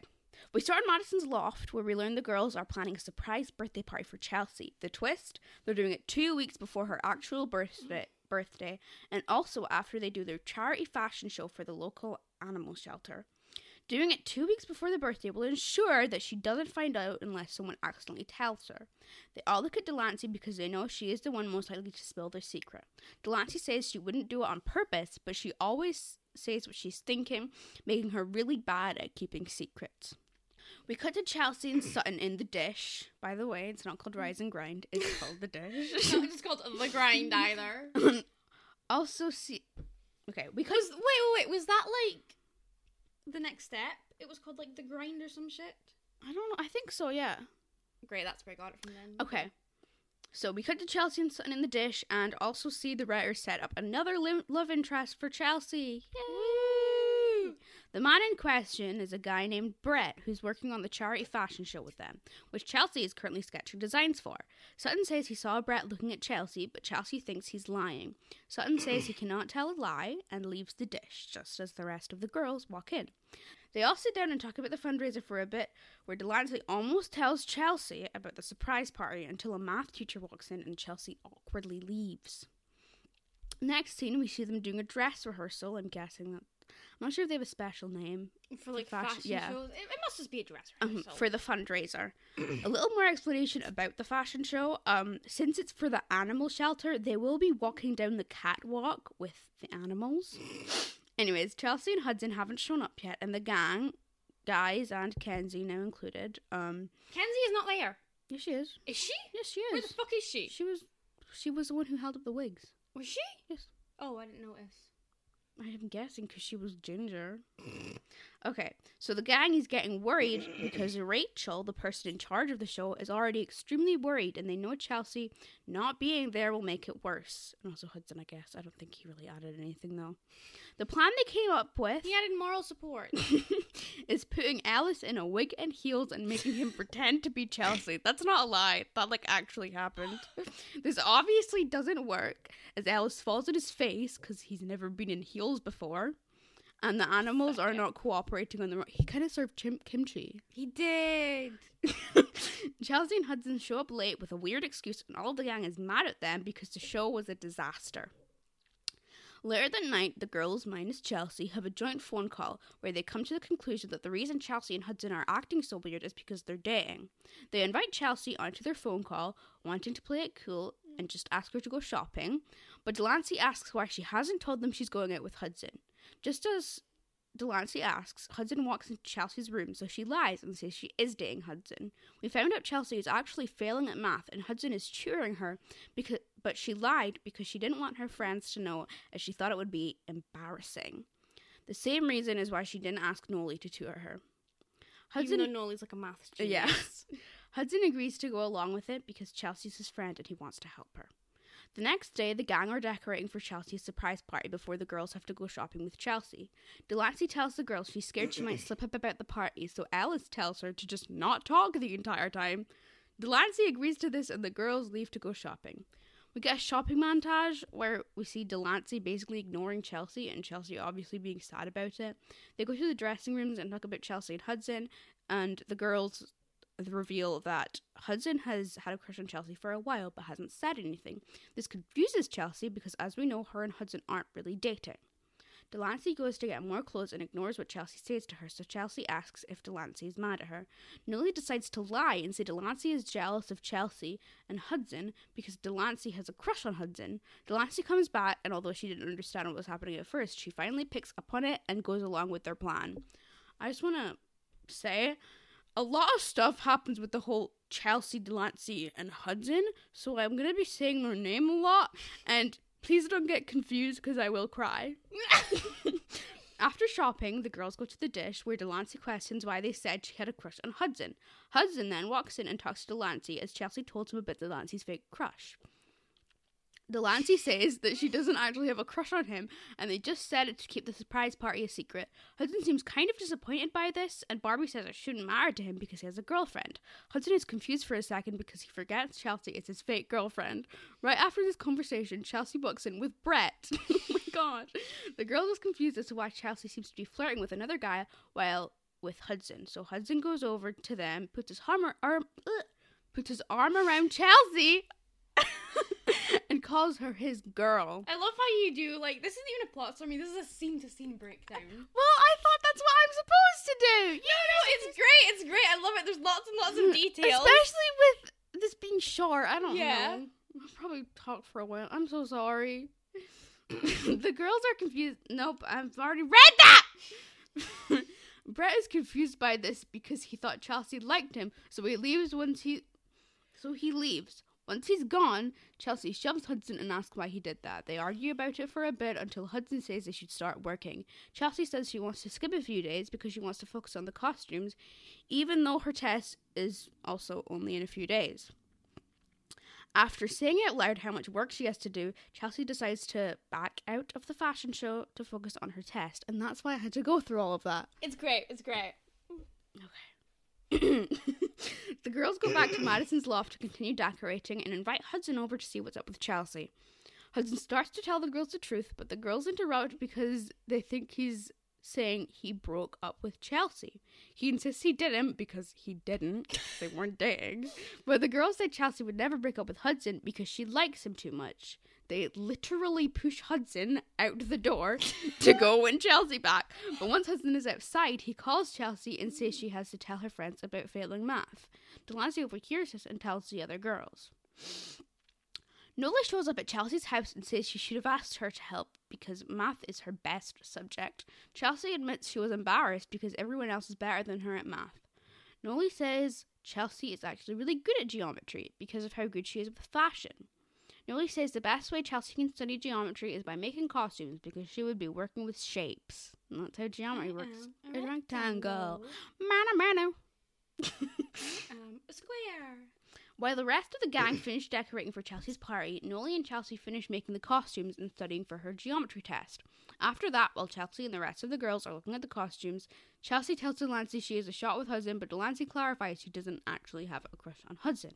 Speaker 2: We start in Madison's loft where we learn the girls are planning a surprise birthday party for Chelsea. The twist, they're doing it two weeks before her actual birthday, birthday and also after they do their charity fashion show for the local animal shelter. Doing it two weeks before the birthday will ensure that she doesn't find out unless someone accidentally tells her. They all look at Delancey because they know she is the one most likely to spill their secret. Delancey says she wouldn't do it on purpose, but she always says what she's thinking, making her really bad at keeping secrets. We cut to Chelsea and Sutton in the dish. By the way, it's not called Rise and Grind, it's called the dish.
Speaker 1: It's not just called the grind either.
Speaker 2: also, see. Okay, we cut
Speaker 1: Because wait, wait, wait, was that like the next step? It was called like the grind or some shit.
Speaker 2: I don't know. I think so. Yeah.
Speaker 1: Great, that's where I got it from then.
Speaker 2: Okay. So we cut to Chelsea and Sutton in the dish, and also see the writer set up another lim- love interest for Chelsea. Yay! The man in question is a guy named Brett, who's working on the charity fashion show with them, which Chelsea is currently sketching designs for. Sutton says he saw Brett looking at Chelsea, but Chelsea thinks he's lying. Sutton says he cannot tell a lie and leaves the dish just as the rest of the girls walk in. They all sit down and talk about the fundraiser for a bit, where Delancey almost tells Chelsea about the surprise party until a math teacher walks in and Chelsea awkwardly leaves. Next scene, we see them doing a dress rehearsal. I'm guessing that. I'm not sure if they have a special name
Speaker 1: For like
Speaker 2: Fashion-
Speaker 1: fashion,
Speaker 2: yeah.
Speaker 1: shows, it, it must just be a dress
Speaker 2: um,
Speaker 1: rehearsal.
Speaker 2: for the fundraiser. a little more explanation about the fashion show. Um, since it's for the animal shelter, they will be walking down the catwalk with the animals. Anyways, Chelsea and Hudson haven't shown up yet, and the gang, guys and Kenzie now included. Um,
Speaker 1: Kenzie is not there.
Speaker 2: yes, she is.
Speaker 1: Is she?
Speaker 2: Yes, she
Speaker 1: Where the
Speaker 2: is.
Speaker 1: fuck is she?
Speaker 2: She was. She was the one who held up the wigs.
Speaker 1: Was she?
Speaker 2: Yes.
Speaker 1: Oh, I didn't notice.
Speaker 2: I'm guessing because she was ginger. Okay, so the gang is getting worried because Rachel, the person in charge of the show, is already extremely worried, and they know Chelsea not being there will make it worse. And also Hudson, I guess. I don't think he really added anything though. The plan they came up with
Speaker 1: He added moral support.
Speaker 2: is putting Alice in a wig and heels and making him pretend to be Chelsea. That's not a lie. That like actually happened. This obviously doesn't work as Alice falls on his face because he's never been in heels before, and the animals are not cooperating on the. ro- He kind of served chim- kimchi.
Speaker 1: he did.
Speaker 2: Chelsea and Hudson show up late with a weird excuse, and all the gang is mad at them because the show was a disaster. Later that night, the girls, minus Chelsea, have a joint phone call where they come to the conclusion that the reason Chelsea and Hudson are acting so weird is because they're dating. They invite Chelsea onto their phone call, wanting to play it cool and just ask her to go shopping, but Delancey asks why she hasn't told them she's going out with Hudson. Just as Delancey asks, Hudson walks into Chelsea's room, so she lies and says she is dating Hudson. We found out Chelsea is actually failing at math, and Hudson is cheering her because, but she lied because she didn't want her friends to know, as she thought it would be embarrassing. The same reason is why she didn't ask Noli to tutor her.
Speaker 1: Hudson Even though Nolly's like a math
Speaker 2: Uh,
Speaker 1: genius.
Speaker 2: yeah. Hudson agrees to go along with it because Chelsea's his friend and he wants to help her. The next day, the gang are decorating for Chelsea's surprise party before the girls have to go shopping with Chelsea. Delancey tells the girls she's scared she might slip up about the party, so Alice tells her to just not talk the entire time. Delancey agrees to this, and the girls leave to go shopping. We get a shopping montage where we see Delancey basically ignoring Chelsea and Chelsea obviously being sad about it. They go to the dressing rooms and talk about Chelsea and Hudson, and the girls the reveal that Hudson has had a crush on Chelsea for a while but hasn't said anything. This confuses Chelsea because, as we know, her and Hudson aren't really dating. Delancey goes to get more clothes and ignores what Chelsea says to her, so Chelsea asks if Delancey is mad at her. Nilly decides to lie and say Delancey is jealous of Chelsea and Hudson because Delancey has a crush on Hudson. Delancey comes back, and although she didn't understand what was happening at first, she finally picks up on it and goes along with their plan. I just want to say a lot of stuff happens with the whole Chelsea Delancey and Hudson, so I'm gonna be saying their name a lot, and please don't get confused because I will cry. After shopping, the girls go to the dish where Delancey questions why they said she had a crush on Hudson. Hudson then walks in and talks to Delancey as Chelsea told him about Delancey's fake crush. Delancey says that she doesn't actually have a crush on him and they just said it to keep the surprise party a secret. Hudson seems kind of disappointed by this, and Barbie says I shouldn't matter to him because he has a girlfriend. Hudson is confused for a second because he forgets Chelsea is his fake girlfriend. Right after this conversation, Chelsea walks in with Brett. oh my god. The girl is confused as to why Chelsea seems to be flirting with another guy while with Hudson. So Hudson goes over to them, puts his arm, arm ugh, puts his arm around Chelsea and calls her his girl.
Speaker 1: I love how you do like this isn't even a plot summary. This is a scene to scene breakdown.
Speaker 2: Well, I thought that's what I'm supposed to do. You
Speaker 1: No, no, it's great. It's great. I love it. There's lots and lots of details.
Speaker 2: Especially with this being short, I don't
Speaker 1: Yeah.
Speaker 2: know. I'll probably talk for a while. I'm so sorry. the girls are confused. Nope, I've already read that. Brett is confused by this because he thought Chelsea liked him, so he leaves once he so he leaves. Once he's gone, Chelsea shoves Hudson and asks why he did that. They argue about it for a bit until Hudson says they should start working. Chelsea says she wants to skip a few days because she wants to focus on the costumes, even though her test is also only in a few days. After saying out loud how much work she has to do, Chelsea decides to back out of the fashion show to focus on her test, and that's why I had to go through all of that.
Speaker 1: It's great. It's great.
Speaker 2: the girls go back to Madison's loft to continue decorating and invite Hudson over to see what's up with Chelsea. Hudson starts to tell the girls the truth, but the girls interrupt because they think he's saying he broke up with Chelsea. He insists he didn't because he didn't. They weren't dating. But the girls say Chelsea would never break up with Hudson because she likes him too much. They literally push Hudson out the door to go win Chelsea back. But once Hudson is outside, he calls Chelsea and says she has to tell her friends about failing math. Delancey overhears this and tells the other girls. Nola shows up at Chelsea's house and says she should have asked her to help because math is her best subject. Chelsea admits she was embarrassed because everyone else is better than her at math. Noli says Chelsea is actually really good at geometry because of how good she is with fashion. Noli says the best way Chelsea can study geometry is by making costumes because she would be working with shapes. And that's how geometry works. A rectangle. Mano, mano.
Speaker 1: Um, a square.
Speaker 2: While the rest of the gang finish decorating for Chelsea's party, Noli and Chelsea finish making the costumes and studying for her geometry test. After that, while Chelsea and the rest of the girls are looking at the costumes, Chelsea tells Delancey she has a shot with Hudson, but Delancey clarifies she doesn't actually have a crush on Hudson.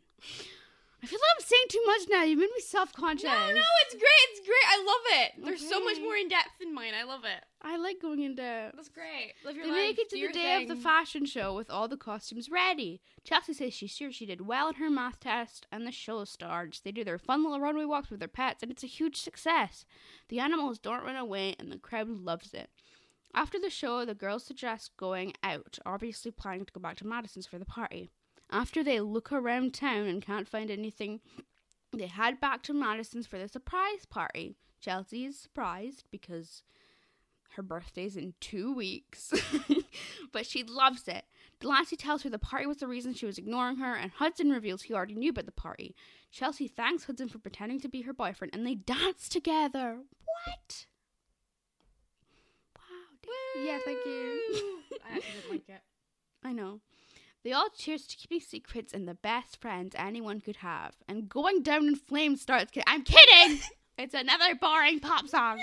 Speaker 2: I feel like I'm saying too much now. You made me self conscious.
Speaker 1: No, no, it's great. It's great. I love it. There's so much
Speaker 2: Okay.
Speaker 1: more in depth than mine. I love it.
Speaker 2: I like going into.
Speaker 1: That's great. Live your
Speaker 2: They
Speaker 1: life.
Speaker 2: make it
Speaker 1: Do
Speaker 2: to the
Speaker 1: your
Speaker 2: day of
Speaker 1: thing.
Speaker 2: the fashion show with all the costumes ready. Chelsea says she's sure she did well in her math test, and the show starts. They do their fun little runway walks with their pets, and it's a huge success. The animals don't run away, and the crowd loves it. After the show, the girls suggest going out, obviously planning to go back to Madison's for the party. After they look around town and can't find anything, they head back to Madison's for the surprise party. Chelsea is surprised because her birthday's in two weeks, but she loves it. Delancey tells her the party was the reason she was ignoring her, and Hudson reveals he already knew about the party. Chelsea thanks Hudson for pretending to be her boyfriend, and they dance together. What? Wow. Yeah, thank you.
Speaker 1: Woo. I actually didn't like it.
Speaker 2: I know. They all cheers to keeping secrets and the best friends anyone could have. And going down in flames starts. Ki- I'm kidding. it's another boring pop song.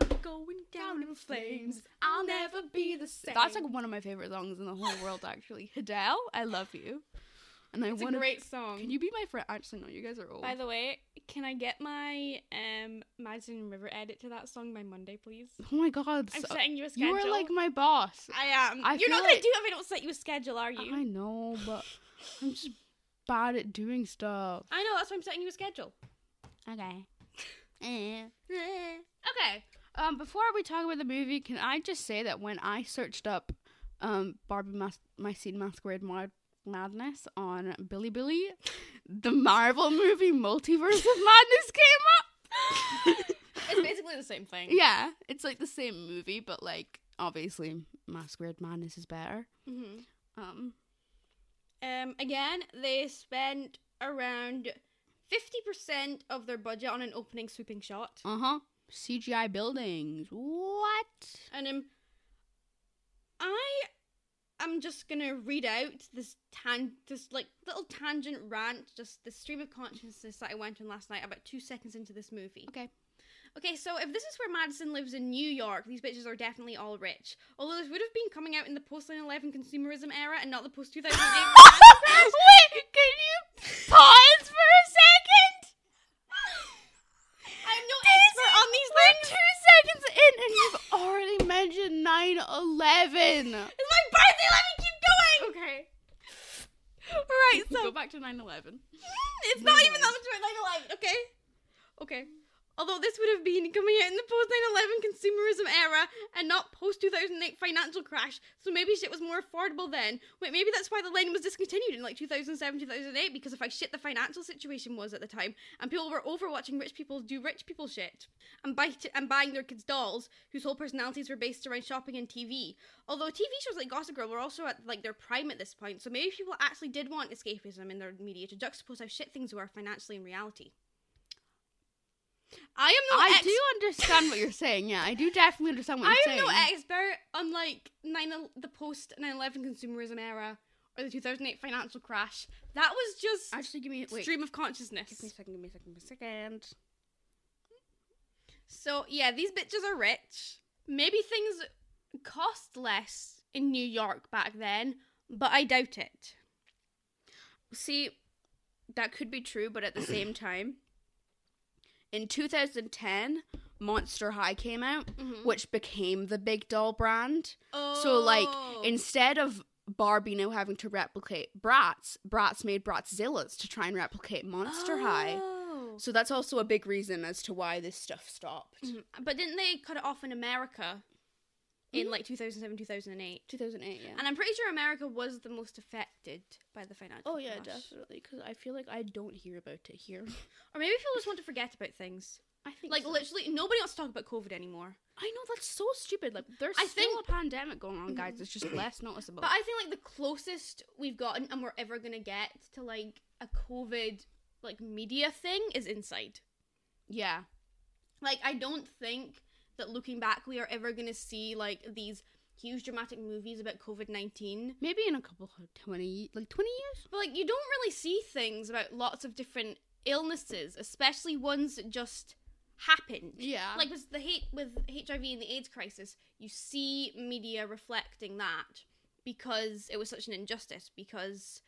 Speaker 1: I'm going down in flames. I'll never be the same.
Speaker 2: That's like one of my favorite songs in the whole world, actually. Adele, I love you. And I
Speaker 1: it's a
Speaker 2: want to.
Speaker 1: great song.
Speaker 2: Can you be my friend? Actually, no. You guys are old.
Speaker 1: By the way, can I get my um Madison River edit to that song by Monday, please?
Speaker 2: oh my god,
Speaker 1: I'm
Speaker 2: so-
Speaker 1: setting you a
Speaker 2: you
Speaker 1: schedule.
Speaker 2: are like my boss.
Speaker 1: I am.
Speaker 2: I
Speaker 1: You're not
Speaker 2: feel
Speaker 1: gonna
Speaker 2: like-
Speaker 1: do it if I don't set you a schedule, are you?
Speaker 2: I know, but I'm just bad at doing stuff.
Speaker 1: I know. That's why I'm setting you a schedule.
Speaker 2: Okay. Okay. Um, before we talk about the movie, can I just say that when I searched up um, Barbie Mas- My Scene Masquerade Mod- Madness on Billy Billy, the Marvel movie Multiverse of Madness came up.
Speaker 1: It's basically the same thing.
Speaker 2: yeah, it's like the same movie, but like obviously Masquerade Madness is better.
Speaker 1: hmm
Speaker 2: Um,
Speaker 1: Um. Again, they spent around fifty percent of their budget on an opening swooping shot,
Speaker 2: uh huh. CGI buildings. What?
Speaker 1: and um, I am just gonna read out this tan, this like little tangent rant, just the stream of consciousness that I went on last night, about two seconds into this movie.
Speaker 2: Okay.
Speaker 1: Okay, so if this is where Madison lives in New York, these bitches are definitely all rich. Although this would have been coming out in the post 9/11 consumerism era and not the post 2008.
Speaker 2: Wait, can you pause for a second?
Speaker 1: I'm no
Speaker 2: Daisy,
Speaker 1: expert on these
Speaker 2: we're
Speaker 1: things.
Speaker 2: two seconds in and you've already mentioned 9-11.
Speaker 1: It's my birthday. Let me keep going. Okay. All right. So
Speaker 2: back to 9-11.
Speaker 1: it's not even that much about 9/11. Okay. Okay. Although this would have been coming out in the post 9 11 consumerism era and not post 2008 financial crash, so maybe shit was more affordable then. Wait, maybe that's why the line was discontinued in like 2007, 2008, because of how shit the financial situation was at the time, and people were overwatching rich people do rich people shit and, buy and buying their kids dolls, whose whole personalities were based around shopping and TV. Although TV shows like Gossip Girl were also at like their prime at this point, so maybe people actually did want escapism in their media to juxtapose how shit things were financially in reality. I am no
Speaker 2: I
Speaker 1: ex-
Speaker 2: do understand what you're saying. Yeah, I do definitely understand
Speaker 1: I
Speaker 2: what you're
Speaker 1: am
Speaker 2: saying.
Speaker 1: no expert on like nine el- the post 9/11 consumerism era or the 2008 financial crash. That was just
Speaker 2: Actually, give me wait.
Speaker 1: stream of consciousness.
Speaker 2: Give me a second. Give me a second. Give me a second.
Speaker 1: So yeah, these bitches are rich. Maybe things cost less in New York back then, but I doubt it.
Speaker 2: See, that could be true, but at the same time, in 2010, Monster High came out,
Speaker 1: Mm-hmm.
Speaker 2: which became the big doll brand.
Speaker 1: Oh.
Speaker 2: So like instead of Barbie now having to replicate Bratz, Bratz made Bratzillas to try and replicate Monster High.
Speaker 1: Oh.
Speaker 2: So that's also a big reason as to why this stuff stopped.
Speaker 1: Mhm. But didn't they cut it off in America
Speaker 2: Mm-hmm.
Speaker 1: in like 2007, 2008?
Speaker 2: 2008, yeah.
Speaker 1: And I'm pretty sure America was the most affected by the financial
Speaker 2: oh yeah,
Speaker 1: crash.
Speaker 2: definitely cuz I feel like I don't hear about it here.
Speaker 1: Or maybe people just want to forget about things.
Speaker 2: I think
Speaker 1: Like
Speaker 2: so.
Speaker 1: literally nobody wants to talk about COVID anymore.
Speaker 2: I know that's so stupid. Like there's
Speaker 1: I
Speaker 2: still
Speaker 1: think-
Speaker 2: a pandemic going on, guys. It's just less noticeable.
Speaker 1: But I think like the closest we've gotten and we're ever gonna get to like a COVID like media thing is inside.
Speaker 2: yeah.
Speaker 1: Like I don't think that looking back we are ever gonna see like these huge dramatic movies about COVID nineteen.
Speaker 2: Maybe in a couple of 20 like 20 years?
Speaker 1: But like you don't really see things about lots of different illnesses, especially ones that just happened.
Speaker 2: Yeah.
Speaker 1: Like with the hate with HIV and the AIDS crisis, you see media reflecting that because it was such an injustice. Because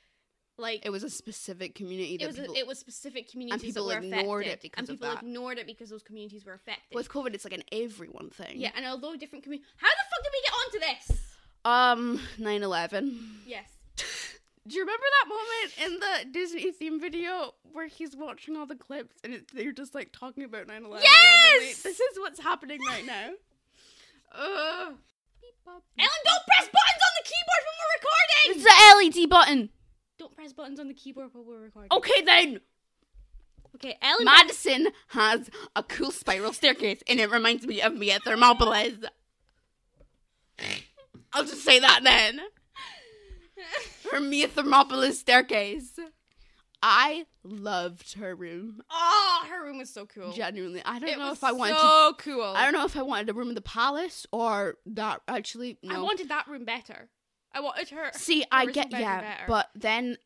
Speaker 1: like
Speaker 2: it was a specific community
Speaker 1: it
Speaker 2: that
Speaker 1: was
Speaker 2: people
Speaker 1: it was specific communities
Speaker 2: people
Speaker 1: that were
Speaker 2: ignored it
Speaker 1: affected, and
Speaker 2: because of
Speaker 1: people
Speaker 2: that.
Speaker 1: ignored it because those communities were affected.
Speaker 2: with COVID it's like an everyone thing.
Speaker 1: yeah, and although different communities, how the fuck did we get onto this?
Speaker 2: Um 9/11.
Speaker 1: Yes.
Speaker 2: Do you remember that moment in the Disney theme video where he's watching all the clips and it, they're just like talking about 9 11?
Speaker 1: Yes!
Speaker 2: This is what's happening right now.
Speaker 1: Ugh.
Speaker 2: Beep, bop, beep.
Speaker 1: Ellen, don't press buttons on the keyboard when we're recording.
Speaker 2: It's the LED button.
Speaker 1: Don't press buttons on the keyboard while we're recording.
Speaker 2: Okay then.
Speaker 1: okay, Ellen.
Speaker 2: Madison has a cool spiral staircase and it reminds me of me at Thermopolis. I'll just say that then. Her me at Thermopolis staircase. I loved her room.
Speaker 1: oh, her room was so cool.
Speaker 2: Genuinely. I don't
Speaker 1: it
Speaker 2: know
Speaker 1: was
Speaker 2: if I wanted to
Speaker 1: so cool.
Speaker 2: I don't know if I wanted a room in the palace or that. Actually, no.
Speaker 1: I wanted that room better. I wanted her.
Speaker 2: See, I
Speaker 1: original
Speaker 2: get
Speaker 1: bedroom
Speaker 2: yeah,
Speaker 1: better.
Speaker 2: but then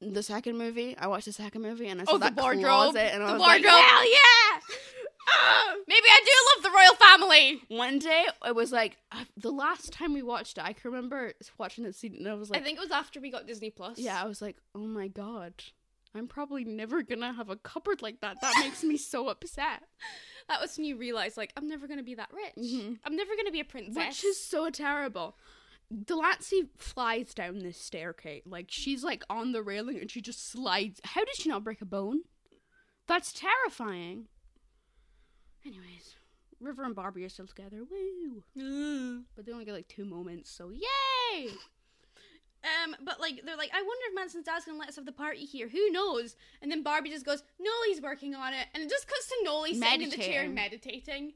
Speaker 2: the second movie, I watched the second movie and I saw
Speaker 1: Oh, the
Speaker 2: that
Speaker 1: wardrobe.
Speaker 2: closet and I
Speaker 1: the
Speaker 2: was
Speaker 1: wardrobe.
Speaker 2: like, "Yeah."
Speaker 1: Hell yeah! Ah, maybe I do love the royal family.
Speaker 2: One day it was like I- the last time we watched it. I can remember watching the scene and I was like,
Speaker 1: I think it was after we got Disney Plus.
Speaker 2: yeah, I was like, oh my god. I'm probably never gonna have a cupboard like that. That makes me so upset.
Speaker 1: that was when you realize, like, I'm never gonna be that rich.
Speaker 2: Mhm.
Speaker 1: I'm never gonna be a princess.
Speaker 2: Which is so terrible. Delancey flies down this staircase. Like she's like on the railing and she just slides. How did she not break a bone? That's terrifying. Anyways, River and Barbie are still together. Woo!
Speaker 1: Mm.
Speaker 2: But they only get like two moments, so yay!
Speaker 1: Um, but like they're like, I wonder if Manson's dad's gonna let us have the party here. Who knows? And then Barbie just goes, Nolly's working on it, and it just cuts to Nolly sitting in the chair
Speaker 2: Meditating.
Speaker 1: and meditating.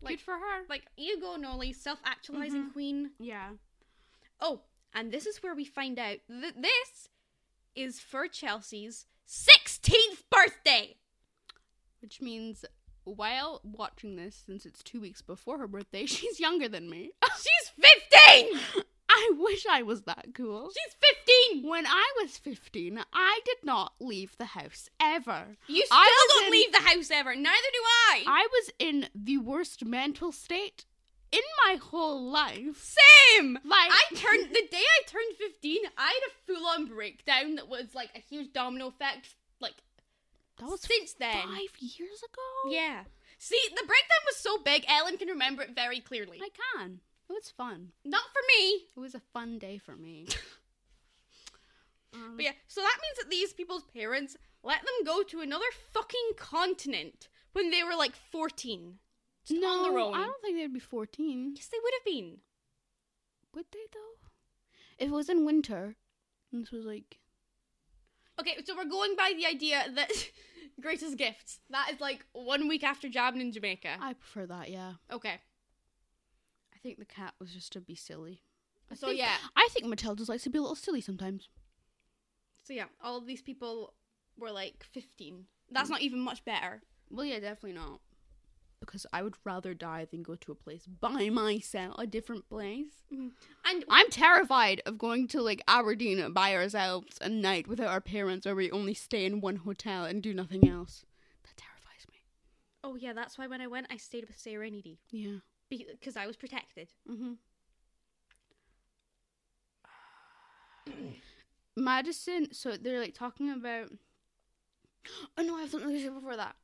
Speaker 1: Like-
Speaker 2: Good for her.
Speaker 1: Like you go, Nolly, self-actualizing
Speaker 2: Mm-hmm.
Speaker 1: queen.
Speaker 2: Yeah.
Speaker 1: Oh, and this is where we find out that this is for Chelsea's 16th birthday.
Speaker 2: Which means while watching this, since it's two weeks before her birthday, she's younger than me.
Speaker 1: She's 15.
Speaker 2: I wish I was that cool.
Speaker 1: She's 15.
Speaker 2: When I was 15, I did not leave the house ever.
Speaker 1: You still
Speaker 2: I was
Speaker 1: don't
Speaker 2: in-
Speaker 1: leave the house ever. Neither do I.
Speaker 2: I was in the worst mental state in my whole life.
Speaker 1: Same.
Speaker 2: Like,
Speaker 1: I turned the day I turned 15, I had a full-on breakdown that was like a huge domino effect like
Speaker 2: that was
Speaker 1: since then.
Speaker 2: five years ago?
Speaker 1: Yeah. See, the breakdown was so big, Ellen can remember it very clearly.
Speaker 2: I can. It was fun.
Speaker 1: Not for me.
Speaker 2: It was a fun day for me. Um,
Speaker 1: But yeah, so that means that these people's parents let them go to another fucking continent when they were like 14. Just
Speaker 2: no,
Speaker 1: on their own.
Speaker 2: I don't think they'd be 14.
Speaker 1: Yes, they would have been.
Speaker 2: Would they though? If it was in winter, and this was like
Speaker 1: Okay, so we're going by the idea that greatest gifts. That is like one week after jabbing in Jamaica.
Speaker 2: I prefer that. Yeah,
Speaker 1: Okay.
Speaker 2: I think the cat was just to be silly. I
Speaker 1: So
Speaker 2: think-
Speaker 1: yeah.
Speaker 2: I think Matilda just likes to be a little silly sometimes.
Speaker 1: So yeah, all of these people were like 15. That's not even much better.
Speaker 2: Well, yeah, definitely not. Because I would rather die than go to a place by myself, a different place.
Speaker 1: Mm. And
Speaker 2: I'm terrified of going to like Aberdeen by ourselves a night without our parents, where we only stay in one hotel and do nothing else. That terrifies me.
Speaker 1: oh yeah, that's why when I went, I stayed with Sarah and Edie
Speaker 2: Yeah.
Speaker 1: because I was protected.
Speaker 2: Mm-hmm. Madison. So they're like talking about. Oh no, I have something to say before that.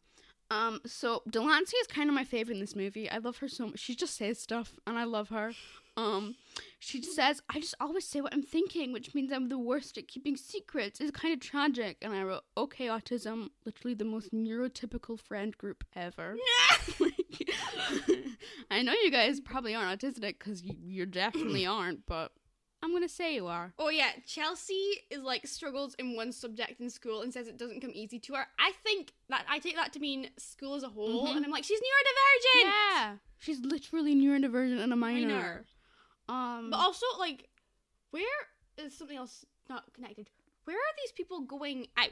Speaker 2: Um, so Delancey is kind of my favorite in this movie. I love her so much. She just says stuff, and I love her. Um, she just says, "I just always say what I'm thinking," which means I'm the worst at keeping secrets. It's kind of tragic. And I wrote, "Okay, autism, literally the most neurotypical friend group ever." Like, I know you guys probably aren't autistic because you, you definitely aren't, but I'm gonna say you are.
Speaker 1: Oh yeah, Chelsea is like struggles in one subject in school and says it doesn't come easy to her. I think that I take that to mean school as a whole,
Speaker 2: Mhm.
Speaker 1: and I'm like, she's neurodivergent.
Speaker 2: Yeah, she's literally neurodivergent and a minor.
Speaker 1: Minor.
Speaker 2: Um,
Speaker 1: But also, like, where is something else not connected? Where are these people going out?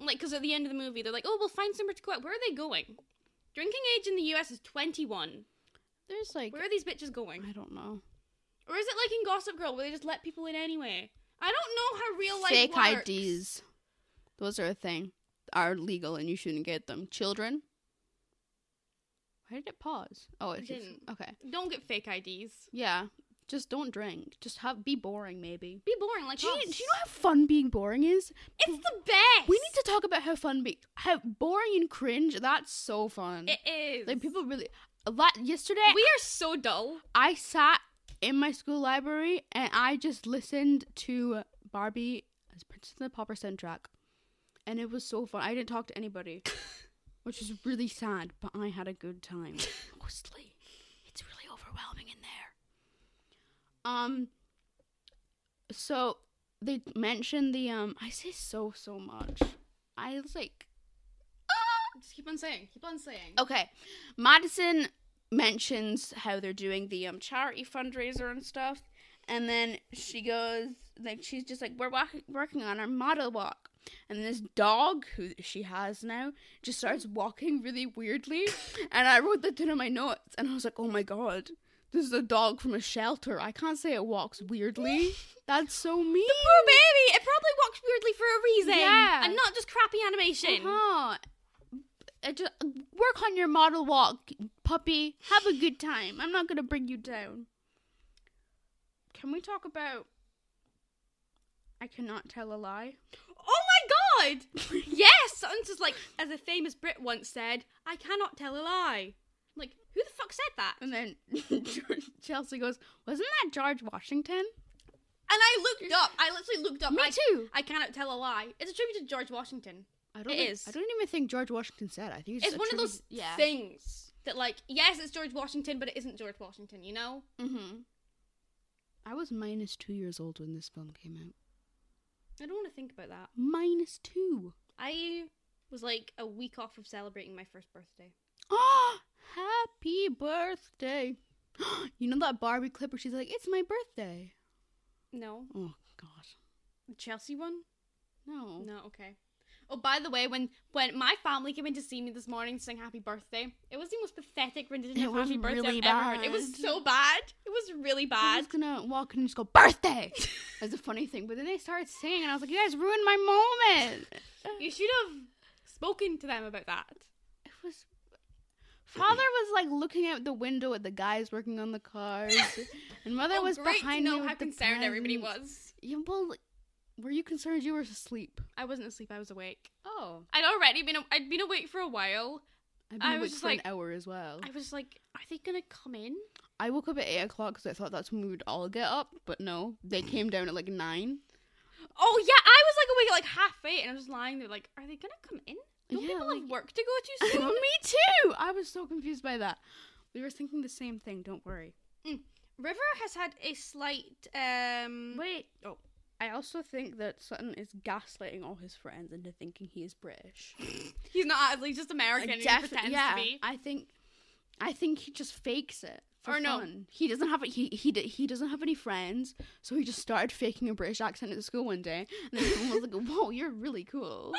Speaker 1: Like, because at the end of the movie, they're like, oh, we'll find somewhere to go out. Where are they going? Drinking age in the US is 21.
Speaker 2: there's like
Speaker 1: Where are these bitches going?
Speaker 2: I don't know.
Speaker 1: Or is it like in Gossip Girl where they just let people in anyway? I don't know how real life
Speaker 2: Fake
Speaker 1: works.
Speaker 2: IDs, those are a thing, are legal and you shouldn't get them. Children. Why did it pause? Oh, it just-
Speaker 1: didn't.
Speaker 2: Okay.
Speaker 1: Don't get fake IDs.
Speaker 2: Yeah, just don't drink. Just have be boring, maybe.
Speaker 1: Be boring like
Speaker 2: Do you,
Speaker 1: us.
Speaker 2: do you know how fun being boring is?
Speaker 1: It's the best.
Speaker 2: We need to talk about how fun be how boring and cringe. That's so fun.
Speaker 1: It is.
Speaker 2: like people really a lot. Yesterday,
Speaker 1: We are so dull.
Speaker 2: I sat in my school library and I just listened to Barbie as Princess and the Pauper soundtrack, and it was so fun. I didn't talk to anybody, which is really sad, but I had a good time. Mostly, it's really overwhelming in there. Um. So they mentioned the um. I say so so much. I was like
Speaker 1: Just keep on saying. Keep on saying.
Speaker 2: Okay. Madison mentions how they're doing the um charity fundraiser and stuff, and then she goes like she's just like we're walk- working on our model walk, and this dog who she has now just starts walking really weirdly, and I wrote that down in my notes, and I was like, oh my god. This is a dog from a shelter. I can't say it walks weirdly. That's so mean.
Speaker 1: Poor baby. It probably walks weirdly for a reason.
Speaker 2: Yeah.
Speaker 1: And not just crappy animation.
Speaker 2: Uh-huh. I just, uh, work on your model walk, puppy. Have a good time. I'm not gonna bring you down. Can we talk about? I cannot tell a lie.
Speaker 1: Oh my god! yes! And just like, as a famous Brit once said, I cannot tell a lie. Like, who the fuck said that? And
Speaker 2: And then Chelsea goes, "Wasn't that George Washington?"
Speaker 1: I looked up. I literally looked up. I,
Speaker 2: too.
Speaker 1: I cannot tell a lie. It's a tribute to George Washington.
Speaker 2: I don't.
Speaker 1: It
Speaker 2: think-
Speaker 1: is.
Speaker 2: I don't even think George Washington said. I think it's,
Speaker 1: It's one of those
Speaker 2: Yeah.
Speaker 1: things that, like, yes, it's George Washington, but it isn't George Washington, you know?
Speaker 2: Mm-hmm. I was minus two years old when this film came out.
Speaker 1: I don't want to think about that.
Speaker 2: Minus two.
Speaker 1: I was like a week off of celebrating my first birthday.
Speaker 2: Oh, happy birthday. you know that Barbie clip where she's like, it's my birthday.
Speaker 1: No.
Speaker 2: Oh, gosh.
Speaker 1: The Chelsea one?
Speaker 2: No.
Speaker 1: No, okay. Oh, by the way, when when my family came in to see me this morning to sing happy birthday, it was the most pathetic rendition
Speaker 2: It
Speaker 1: of
Speaker 2: was
Speaker 1: happy birthday
Speaker 2: really
Speaker 1: I've ever heard. It was
Speaker 2: bad.
Speaker 1: so bad. It was really
Speaker 2: I
Speaker 1: bad.
Speaker 2: was gonna walk in and just go, birthday! That's a funny thing. But then they started singing, and I was like, you guys ruined my moment.
Speaker 1: You should have spoken to them about that.
Speaker 2: It was. Father was like looking out the window at the guys working on the cars, and mother
Speaker 1: oh,
Speaker 2: was
Speaker 1: great
Speaker 2: behind
Speaker 1: to know
Speaker 2: me. with
Speaker 1: how
Speaker 2: the
Speaker 1: concerned everybody was.
Speaker 2: presents. Yeah, well, were you concerned you were asleep?
Speaker 1: I wasn't asleep. I was awake.
Speaker 2: Oh,
Speaker 1: I'd already been. a- I'd been awake for a while.
Speaker 2: I've been
Speaker 1: I was
Speaker 2: awake
Speaker 1: just
Speaker 2: for
Speaker 1: like-
Speaker 2: an hour as well.
Speaker 1: I was like, "Are they gonna come in?"
Speaker 2: I woke up at eight o'clock because I thought that's when we would all get up, but no, they came down at like nine.
Speaker 1: Oh yeah, I was like awake at like half eight, and I was lying there like, "Are they gonna come in?" Don't
Speaker 2: Yeah,
Speaker 1: people have
Speaker 2: like-
Speaker 1: work to go to
Speaker 2: Me
Speaker 1: soon?
Speaker 2: too. I was so confused by that. We were thinking the same thing. Don't worry.
Speaker 1: River has had a slight um
Speaker 2: Wait. Oh, I also think that Sutton is gaslighting all his friends into thinking he is British.
Speaker 1: He's not actually he's just American. and he
Speaker 2: Defi-
Speaker 1: pretends
Speaker 2: yeah,
Speaker 1: to be.
Speaker 2: I think, I think he just fakes it. For
Speaker 1: Or no.
Speaker 2: fun. he doesn't have he he d- he doesn't have any friends, so he just started faking a British accent at school one day, and then everyone was like, "Whoa, you're really cool."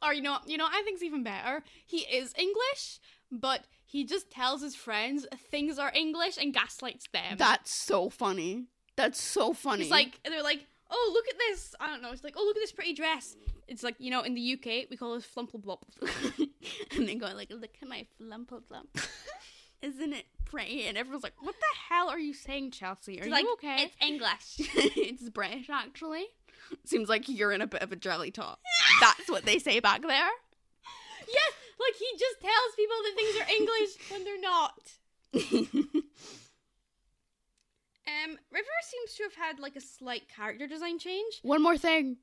Speaker 1: Or you know, you know, I think's even better. He is English, but he just tells his friends things are English and gaslights them.
Speaker 2: That's so funny. That's so funny.
Speaker 1: He's like, they're like, oh look at this. I don't know. It's like, oh look at this pretty dress. It's like you know, in the UK we call this flumple blop.
Speaker 2: and then going like, "Look at my flumple flump." Isn't it pretty? And everyone's like, "What the hell are you saying, Chelsea? Are
Speaker 1: It's
Speaker 2: you
Speaker 1: like,
Speaker 2: okay?"
Speaker 1: It's English.
Speaker 2: it's British, actually. Seems like you're in a bit of a jelly top. That's what they say back there.
Speaker 1: yes, like he just tells people that things are English when they're not. Um, River seems to have had like a slight character design change.
Speaker 2: One more thing.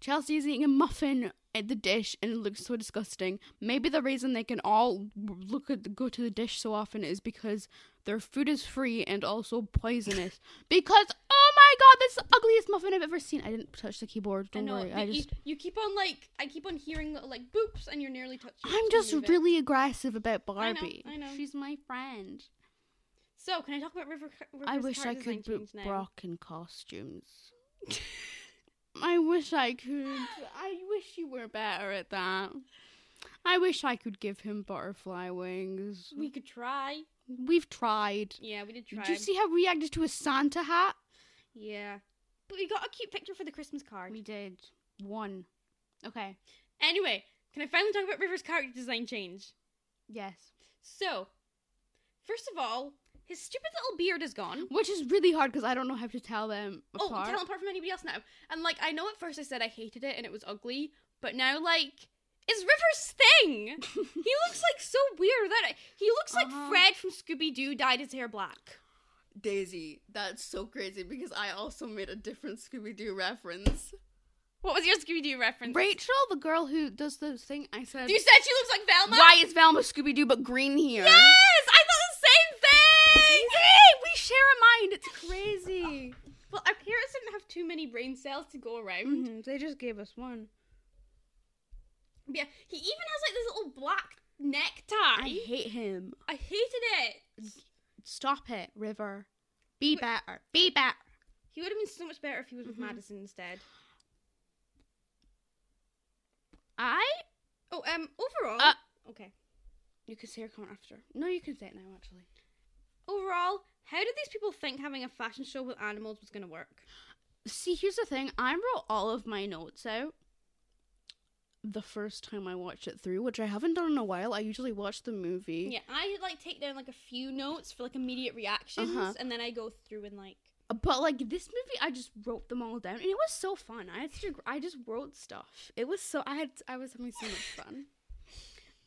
Speaker 2: Chelsea is eating a muffin at the dish and it looks so disgusting. Maybe the reason they can all look at go to the dish so often is because their food is free and also poisonous. because oh my god, that's the ugliest muffin I've ever seen. I didn't touch the keyboard. Don't
Speaker 1: I know,
Speaker 2: worry.
Speaker 1: but
Speaker 2: I
Speaker 1: you-
Speaker 2: just
Speaker 1: you, keep on like I keep on hearing little, like boops, and you're nearly touching. it,
Speaker 2: I'm
Speaker 1: so
Speaker 2: just
Speaker 1: move it.
Speaker 2: really aggressive about
Speaker 1: I know,
Speaker 2: Barbie.
Speaker 1: I know.
Speaker 2: She's my friend.
Speaker 1: So can I talk about River? River's
Speaker 2: I wish I
Speaker 1: character
Speaker 2: could
Speaker 1: design
Speaker 2: book
Speaker 1: change now?
Speaker 2: Brock in costumes. I wish I could. I wish you were better at that. I wish I could give him butterfly wings.
Speaker 1: We could try.
Speaker 2: We've tried.
Speaker 1: Yeah, we did try.
Speaker 2: Did you see how we reacted to a Santa hat?
Speaker 1: Yeah, but we got a cute picture for the Christmas card.
Speaker 2: We did. One. Okay.
Speaker 1: Anyway, can I finally talk about River's character design change?
Speaker 2: Yes.
Speaker 1: So, first of all, his stupid little beard is gone.
Speaker 2: Which is really hard because I don't know how to tell them
Speaker 1: Oh,
Speaker 2: apart.
Speaker 1: tell him apart from anybody else now. And like, I know at first I said I hated it and it was ugly, but now like, it's River's thing. he looks like so weird that he looks like
Speaker 2: Uh-huh.
Speaker 1: Fred from Scooby Doo dyed his hair black.
Speaker 2: Daisy, that's so crazy because I also made a different Scooby Doo reference.
Speaker 1: What was your Scooby Doo reference?
Speaker 2: Rachel, the girl who does the thing I said.
Speaker 1: You said she looks like Velma.
Speaker 2: Why is Velma Scooby Doo but green here?
Speaker 1: Yes, I thought the same thing.
Speaker 2: we share a mind. It's crazy.
Speaker 1: Well, our parents didn't have too many brain cells to go around.
Speaker 2: Mm-hmm. They just gave us one.
Speaker 1: But Yeah, he even has like this little black necktie.
Speaker 2: I hate him.
Speaker 1: I hated it.
Speaker 2: Stop it, River. Be better. Be better.
Speaker 1: He would have been so much better if he was with
Speaker 2: Mhm.
Speaker 1: Madison instead.
Speaker 2: I?
Speaker 1: Oh, um, overall.
Speaker 2: Uh,
Speaker 1: okay.
Speaker 2: You can say your comment after. No, you can say it now, actually.
Speaker 1: Overall, how did these people think having a fashion show with animals was going to work?
Speaker 2: See, here's the thing. I wrote all of my notes out the first time I watched it through, which I haven't done in a while. I usually watch the movie.
Speaker 1: Yeah, I like take down like a few notes for like immediate reactions,
Speaker 2: Uh-huh.
Speaker 1: and then I go through and like.
Speaker 2: But like this movie, I just wrote them all down, and it was so fun. I had such a gr- I just wrote stuff. It was so I had I was having so much fun.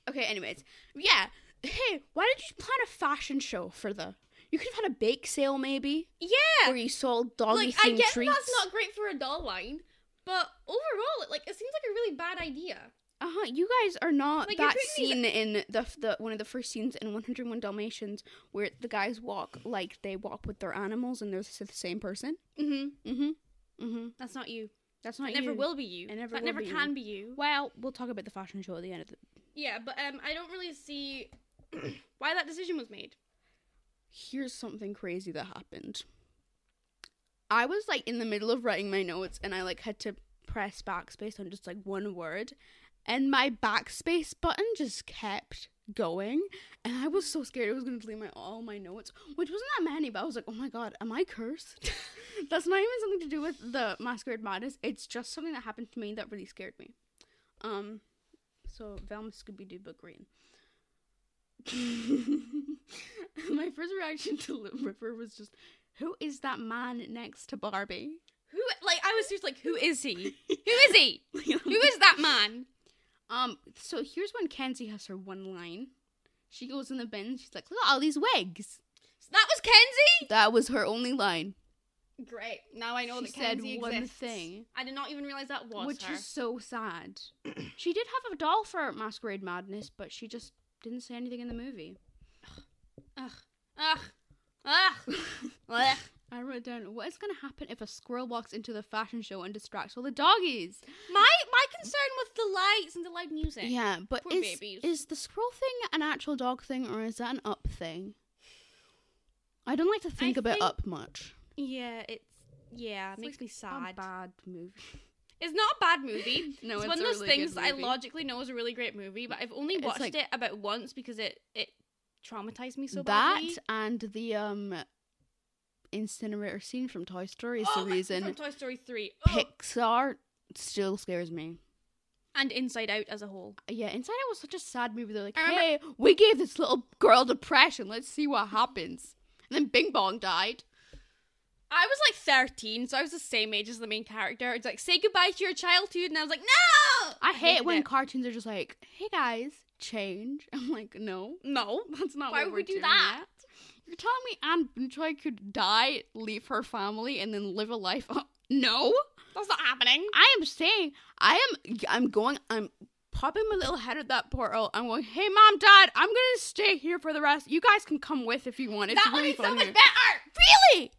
Speaker 2: Okay, anyways, yeah. Hey, why did you plan a fashion show for the? You could have had a bake sale maybe,
Speaker 1: Yeah,
Speaker 2: where you sold doggy
Speaker 1: like I
Speaker 2: themed
Speaker 1: guess
Speaker 2: treats.
Speaker 1: that's not great for a doll line, but overall, it like it seems like a really bad idea.
Speaker 2: Uh huh. You guys are not
Speaker 1: Like, you're
Speaker 2: that
Speaker 1: putting
Speaker 2: scene in the f- the one of the first scenes in 101 Dalmatians where the guys walk like they walk with their animals, and they're the same person.
Speaker 1: Mm-hmm.
Speaker 2: Mhm. Mhm.
Speaker 1: That's not you.
Speaker 2: That's not
Speaker 1: It never
Speaker 2: you.
Speaker 1: will be you.
Speaker 2: It never
Speaker 1: that
Speaker 2: will
Speaker 1: never
Speaker 2: be
Speaker 1: can be you.
Speaker 2: Well, we'll talk about the fashion show at the end of the
Speaker 1: Yeah, but um, I don't really see why that decision was made.
Speaker 2: here's something crazy that happened. I was like in the middle of writing my notes and I like had to press backspace on just like one word and my backspace button just kept going and I was so scared it was gonna delete my all my notes, which wasn't that many, but I was like, Oh my god, am I cursed? That's not even something to do with the masquerade madness. It's just something that happened to me that really scared me. Um so Velma Scooby Doo Book Green. My first reaction to Lil River was just, who is that man next to Barbie?
Speaker 1: Who like I was just like, who is he? who is he? Who is that man?
Speaker 2: Um, so here's when Kenzie has her one line. She goes in the bin, she's like, look at all these wigs.
Speaker 1: That was Kenzie.
Speaker 2: That was her only line.
Speaker 1: Great. Now I know
Speaker 2: She
Speaker 1: that
Speaker 2: said
Speaker 1: Kenzie
Speaker 2: one
Speaker 1: exists.
Speaker 2: thing.
Speaker 1: I did not even realize that was
Speaker 2: which
Speaker 1: her.
Speaker 2: is so sad. she did have a doll for Masquerade Madness, but she just didn't say anything in the movie.
Speaker 1: Ugh. Ugh. Ugh. Ugh.
Speaker 2: I wrote down what is going to happen if a squirrel walks into the fashion show and distracts all the doggies.
Speaker 1: My my concern was the lights and the loud music.
Speaker 2: Yeah, but
Speaker 1: Poor
Speaker 2: is
Speaker 1: babies.
Speaker 2: is the squirrel thing an actual dog thing or is that an up thing? I don't like to think about
Speaker 1: think-
Speaker 2: up much.
Speaker 1: Yeah, it's yeah, it
Speaker 2: It's
Speaker 1: makes
Speaker 2: like
Speaker 1: me
Speaker 2: A
Speaker 1: sad.
Speaker 2: bad movie.
Speaker 1: It's not a bad movie.
Speaker 2: No,
Speaker 1: it's,
Speaker 2: it's
Speaker 1: one of
Speaker 2: a
Speaker 1: those
Speaker 2: really
Speaker 1: things
Speaker 2: good
Speaker 1: that I
Speaker 2: movie.
Speaker 1: logically know is a really great movie, but I've only
Speaker 2: It's
Speaker 1: watched
Speaker 2: like-
Speaker 1: it about once because it it traumatized me so
Speaker 2: that
Speaker 1: badly.
Speaker 2: and the um incinerator scene from Toy Story is
Speaker 1: Oh
Speaker 2: the
Speaker 1: my-
Speaker 2: reason
Speaker 1: from Toy Story three Oh,
Speaker 2: Pixar still scares me.
Speaker 1: and Inside Out as a whole.
Speaker 2: Yeah, Inside Out was such a sad movie. They're like,
Speaker 1: I remember-
Speaker 2: hey, we gave this little girl depression. Let's see what happens. And then Bing Bong died.
Speaker 1: I was like thirteen, so I was the same age as the main character. It's like say goodbye to your childhood, and I was like, no.
Speaker 2: I hate
Speaker 1: hated
Speaker 2: when cartoons are just like, hey guys, change. I'm like, no,
Speaker 1: no.
Speaker 2: that's not
Speaker 1: Why
Speaker 2: what
Speaker 1: would
Speaker 2: we're
Speaker 1: we do
Speaker 2: doing
Speaker 1: that?
Speaker 2: yet." You're telling me Anne Bunchoy could die, leave her family, and then live a life? no.
Speaker 1: That's not happening.
Speaker 2: I am saying I am I'm going I'm popping my little head at that portal. I'm going, hey mom, dad, I'm gonna stay here for the rest. You guys can come with if you want. It's
Speaker 1: that would
Speaker 2: really
Speaker 1: be so
Speaker 2: fun
Speaker 1: much
Speaker 2: here."
Speaker 1: better.
Speaker 2: Really?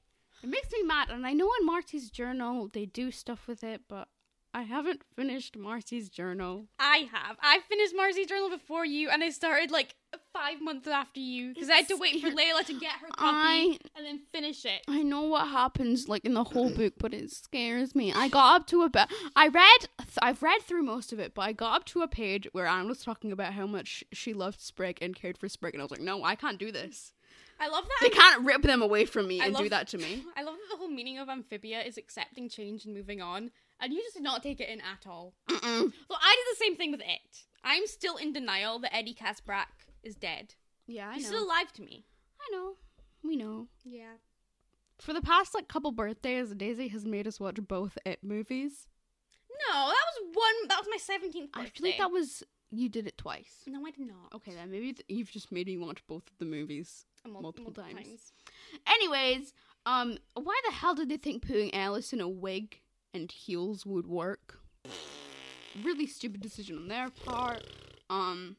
Speaker 2: It makes me mad. And I know in Marty's journal they do stuff with it, but I haven't finished Marty's journal.
Speaker 1: I have. I finished Marzi Journal before you, and I started like five months after you because I had to wait for Layla to get her copy
Speaker 2: I-
Speaker 1: and then finish it.
Speaker 2: I know what happens like in the whole book, but it scares me. I got up to a bit. I read. Th- I've read through most of it, but I got up to a page where Anne was talking about how much she loved Sprig and cared for Sprig, and I was like, no, I can't do this.
Speaker 1: I love that.
Speaker 2: They can't rip them away from me
Speaker 1: I
Speaker 2: and do
Speaker 1: love-
Speaker 2: that to me.
Speaker 1: I love that the whole meaning of amphibia is accepting change and moving on, and you just did not take it in at all.
Speaker 2: Mm-mm.
Speaker 1: So I did the same thing with it. I'm still in denial that Eddie Casbrack is dead.
Speaker 2: Yeah, I
Speaker 1: He's
Speaker 2: know.
Speaker 1: still alive to me.
Speaker 2: I know. We know.
Speaker 1: Yeah.
Speaker 2: For the past like couple birthdays, Daisy has made us watch both It movies.
Speaker 1: No, that was one. That was my seventeenth
Speaker 2: I
Speaker 1: birthday.
Speaker 2: feel like that was you did it twice.
Speaker 1: No, I did not.
Speaker 2: Okay, then maybe th- you've just made me watch both of the movies.
Speaker 1: Mul-
Speaker 2: multiple times.
Speaker 1: times.
Speaker 2: Anyways, um, why the hell did they think putting Alice in a wig and heels would work? Really stupid decision on their part. Um,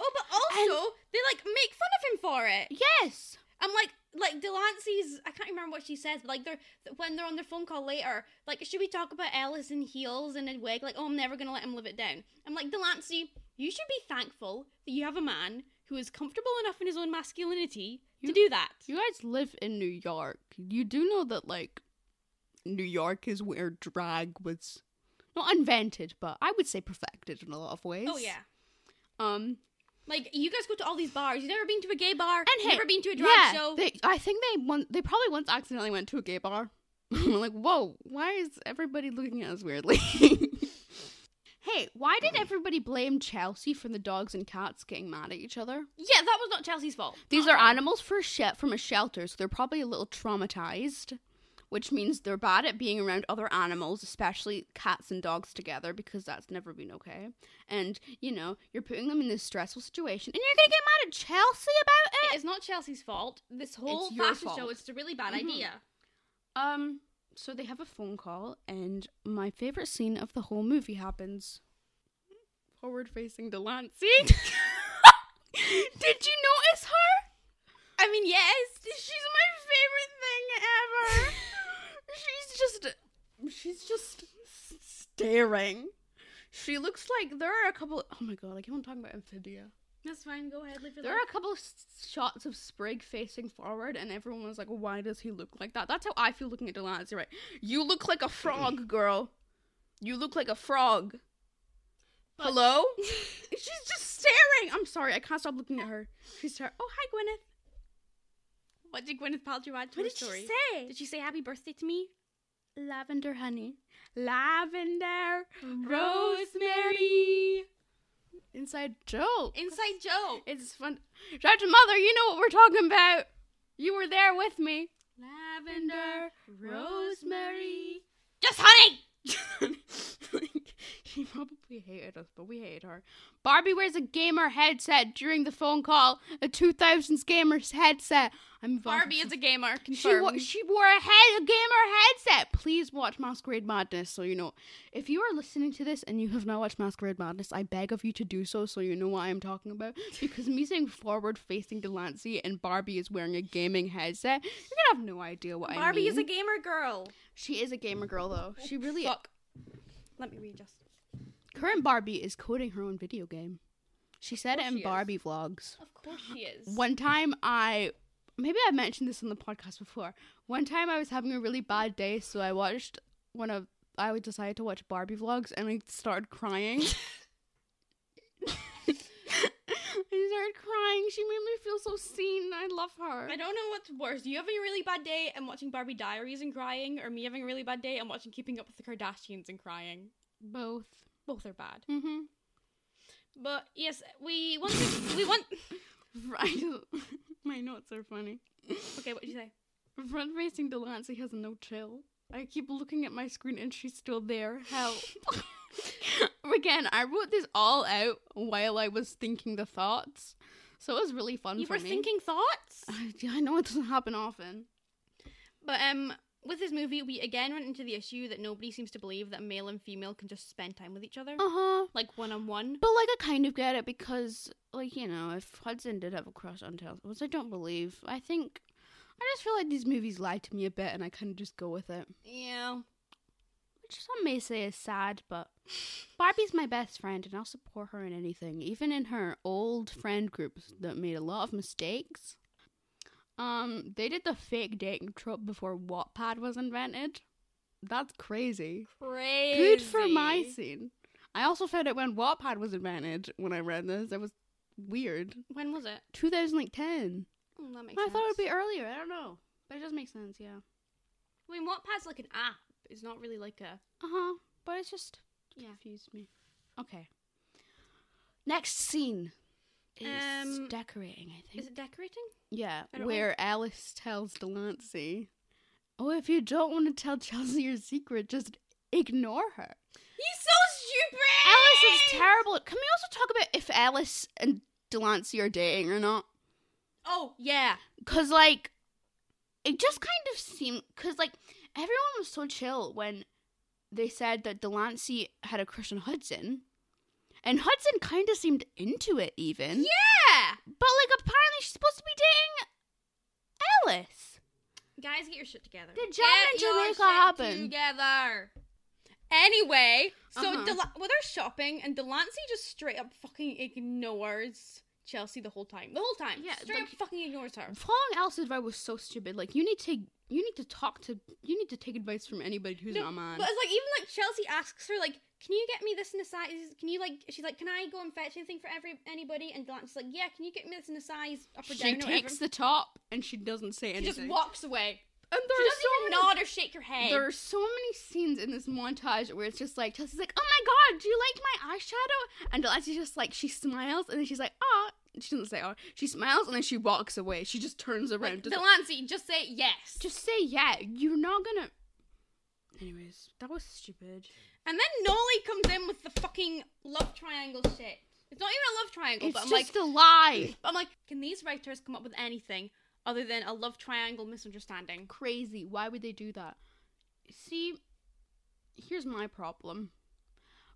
Speaker 1: Oh, but also they like make fun of him for it.
Speaker 2: yes,
Speaker 1: I'm like, like Delancey's. I can't remember what she says, but like they're th- when they're on their phone call later. Like, should we talk about Alice in heels and a wig? Like, oh, I'm never gonna let him live it down. I'm like, Delancey, you should be thankful that you have a man who is comfortable enough in his own masculinity to
Speaker 2: You-
Speaker 1: do that.
Speaker 2: you guys live in New York. You do know that like New York is where drag was not invented, but I would say perfected in a lot of ways.
Speaker 1: oh yeah.
Speaker 2: Um,
Speaker 1: Like you guys go to all these bars. You've never been to a gay bar.
Speaker 2: And hey,
Speaker 1: never been to a drag
Speaker 2: yeah,
Speaker 1: show.
Speaker 2: They, I think they once, they probably once accidentally went to a gay bar. like, whoa, why is everybody looking at us weirdly? hey, why did everybody blame Chelsea for the dogs and cats getting mad at each other?
Speaker 1: yeah, that was not Chelsea's fault.
Speaker 2: These
Speaker 1: Not
Speaker 2: are
Speaker 1: at all.
Speaker 2: animals for shit from a shelter, so they're probably a little traumatized, which means they're bad at being around other animals, especially cats and dogs together, because that's never been okay. And you know, you're putting them in this stressful situation, and you're gonna get mad at Chelsea about it.
Speaker 1: It's not Chelsea's fault. This whole
Speaker 2: It's your
Speaker 1: fashion show
Speaker 2: fault.
Speaker 1: is a really bad
Speaker 2: Mhm.
Speaker 1: idea.
Speaker 2: Um, so they have a phone call, and my favorite scene of the whole movie happens. Forward facing Delancey. Did you notice her?
Speaker 1: I mean, yes.
Speaker 2: She's my favorite thing ever. she's just, she's just s- staring. She looks like there are a couple. Oh my god, I keep on talking about amphibia.
Speaker 1: That's fine. Go ahead. Live your
Speaker 2: There
Speaker 1: life.
Speaker 2: are a couple of s- shots of Sprig facing forward, and everyone was like, "Why does he look like that?" That's how I feel looking at Delancey. Right? You look like a frog, girl. You look like a frog. Hello? She's just staring. I'm sorry, I can't stop looking at her. She's her. Oh, hi, Gwyneth.
Speaker 1: What did Gwyneth Paltrow add to
Speaker 2: What
Speaker 1: her
Speaker 2: did
Speaker 1: story?
Speaker 2: she say?
Speaker 1: Did she say happy birthday to me?
Speaker 2: Lavender, honey. Lavender,
Speaker 1: Rosemary.
Speaker 2: Inside joke.
Speaker 1: Inside joke.
Speaker 2: It's fun. Shout out to mother. You know what we're talking about. You were there with me.
Speaker 1: Lavender,
Speaker 2: Rosemary.
Speaker 1: Just honey!
Speaker 2: like, She probably hated us, but we hated her. Barbie wears a gamer headset during the phone call. A 2000s gamer's headset. I'm Yvonne
Speaker 1: Barbie is a gamer.
Speaker 2: she
Speaker 1: Confirmed.
Speaker 2: wore, she wore a head a gamer headset. Please watch Masquerade Madness so you know. If you are listening to this and you have not watched Masquerade Madness, I beg of you to do so so you know what I am talking about. Because me saying forward facing Delancey and Barbie is wearing a gaming headset, you're gonna have no idea what I
Speaker 1: Barbie
Speaker 2: mean.
Speaker 1: is a gamer girl.
Speaker 2: she is a gamer girl though. She really
Speaker 1: Fuck. Let me readjust.
Speaker 2: current Barbie is coding her own video game. She said it
Speaker 1: course
Speaker 2: in
Speaker 1: she is.
Speaker 2: Barbie vlogs.
Speaker 1: Of course she is.
Speaker 2: One time I maybe I mentioned this on the podcast before. One time I was having a really bad day, so I watched one of I would decide to watch Barbie vlogs and I started crying. I started crying. She made me feel so seen. I love her.
Speaker 1: I don't know what's worse. You having a really bad day and watching Barbie Diaries and crying, or me having a really bad day and watching Keeping Up with the Kardashians and crying.
Speaker 2: Both.
Speaker 1: Both are bad.
Speaker 2: Mm-hmm.
Speaker 1: But yes, we want to, we want.
Speaker 2: My notes are funny.
Speaker 1: Okay, what did you say?
Speaker 2: Front facing Delancey has no chill. I keep looking at my screen and she's still there. Help. Again, I wrote this all out while I was thinking the thoughts. So it was really fun
Speaker 1: You
Speaker 2: for
Speaker 1: were
Speaker 2: me.
Speaker 1: thinking thoughts.
Speaker 2: I, yeah, I know it doesn't happen often.
Speaker 1: But um, with this movie, we again went into the issue that nobody seems to believe that male and female can just spend time with each other,
Speaker 2: Uh huh.
Speaker 1: like one on one.
Speaker 2: But like, I kind of get it because, like, you know, if Hudson did have a crush on Tails, which I don't believe, I think I just feel like these movies lie to me a bit, and I kind of just go with it.
Speaker 1: Yeah.
Speaker 2: which some may say is sad, but Barbie's my best friend, and I'll support her in anything, even in her old friend groups that made a lot of mistakes. Um, they did the fake dating trope before Wattpad was invented. That's crazy.
Speaker 1: Crazy.
Speaker 2: Good for my scene. I also found out when Wattpad was invented when I read this. It was weird.
Speaker 1: When was it?
Speaker 2: 2010.
Speaker 1: Oh, that makes
Speaker 2: I
Speaker 1: sense.
Speaker 2: thought it would be earlier. I don't know. But it does make sense, yeah.
Speaker 1: I mean, Wattpad's like an app. It's not really like a.
Speaker 2: Uh huh. But it's just
Speaker 1: Uh-huh. Yeah.
Speaker 2: confused me. Okay. Next scene is
Speaker 1: Um,
Speaker 2: decorating. I think.
Speaker 1: Is it decorating?
Speaker 2: yeah,
Speaker 1: I don't
Speaker 2: where Alice tells Delancey, "Oh, if you don't want to tell Chelsea your secret, just ignore her."
Speaker 1: He's so stupid.
Speaker 2: Alice is terrible. Can we also talk about if Alice and Delancey are dating or not?
Speaker 1: Oh yeah.
Speaker 2: Cause like, it just kind of seemed cause like everyone was so chill when they said that Delancey had a crush on Hudson, and Hudson kind of seemed into it even.
Speaker 1: Yeah.
Speaker 2: But like, apparently she's supposed to be dating Alice.
Speaker 1: Guys, get your shit together.
Speaker 2: Did
Speaker 1: Get
Speaker 2: Jasmine
Speaker 1: your
Speaker 2: Jamaica
Speaker 1: shit
Speaker 2: happen?
Speaker 1: Together. Anyway, so
Speaker 2: Uh-huh.
Speaker 1: Del- well, they're shopping, and Delancey just straight up fucking ignores Chelsea the whole time. The whole time.
Speaker 2: Yeah,
Speaker 1: straight
Speaker 2: like-
Speaker 1: up fucking ignores her.
Speaker 2: Following Alice's advice was so stupid. Like, you need to you need to talk to you need to take advice from anybody who's
Speaker 1: No,
Speaker 2: not a man.
Speaker 1: But it's like even like Chelsea asks her like, "Can you get me this in a size? Can you like?" She's like, "Can I go and fetch anything for every anybody?" And Delancey's like, "Yeah, can you get me this in a size up or
Speaker 2: she
Speaker 1: down?" or whatever?"
Speaker 2: takes the top and she doesn't say
Speaker 1: she
Speaker 2: anything.
Speaker 1: just walks away.
Speaker 2: and
Speaker 1: She
Speaker 2: there are
Speaker 1: doesn't
Speaker 2: so
Speaker 1: even
Speaker 2: many
Speaker 1: nod or shake her head.
Speaker 2: There are so many scenes in this montage where it's just like Chelsea's like, "Oh my god, do you like my eyeshadow?" And Delacey's just like she smiles and then she's like, "Ah," she doesn't say "ah." She smiles and then she walks away. She just turns around.
Speaker 1: Like,
Speaker 2: just,
Speaker 1: Delancey, just say yes.
Speaker 2: just say yeah. You're not gonna. Anyways, that was stupid.
Speaker 1: And then Nolly comes in with the fucking love triangle shit. It's not even a love triangle,
Speaker 2: It's
Speaker 1: but I'm like,
Speaker 2: just a lie.
Speaker 1: I'm like, can these writers come up with anything other than a love triangle misunderstanding?
Speaker 2: Crazy. Why would they do that? See, here's my problem.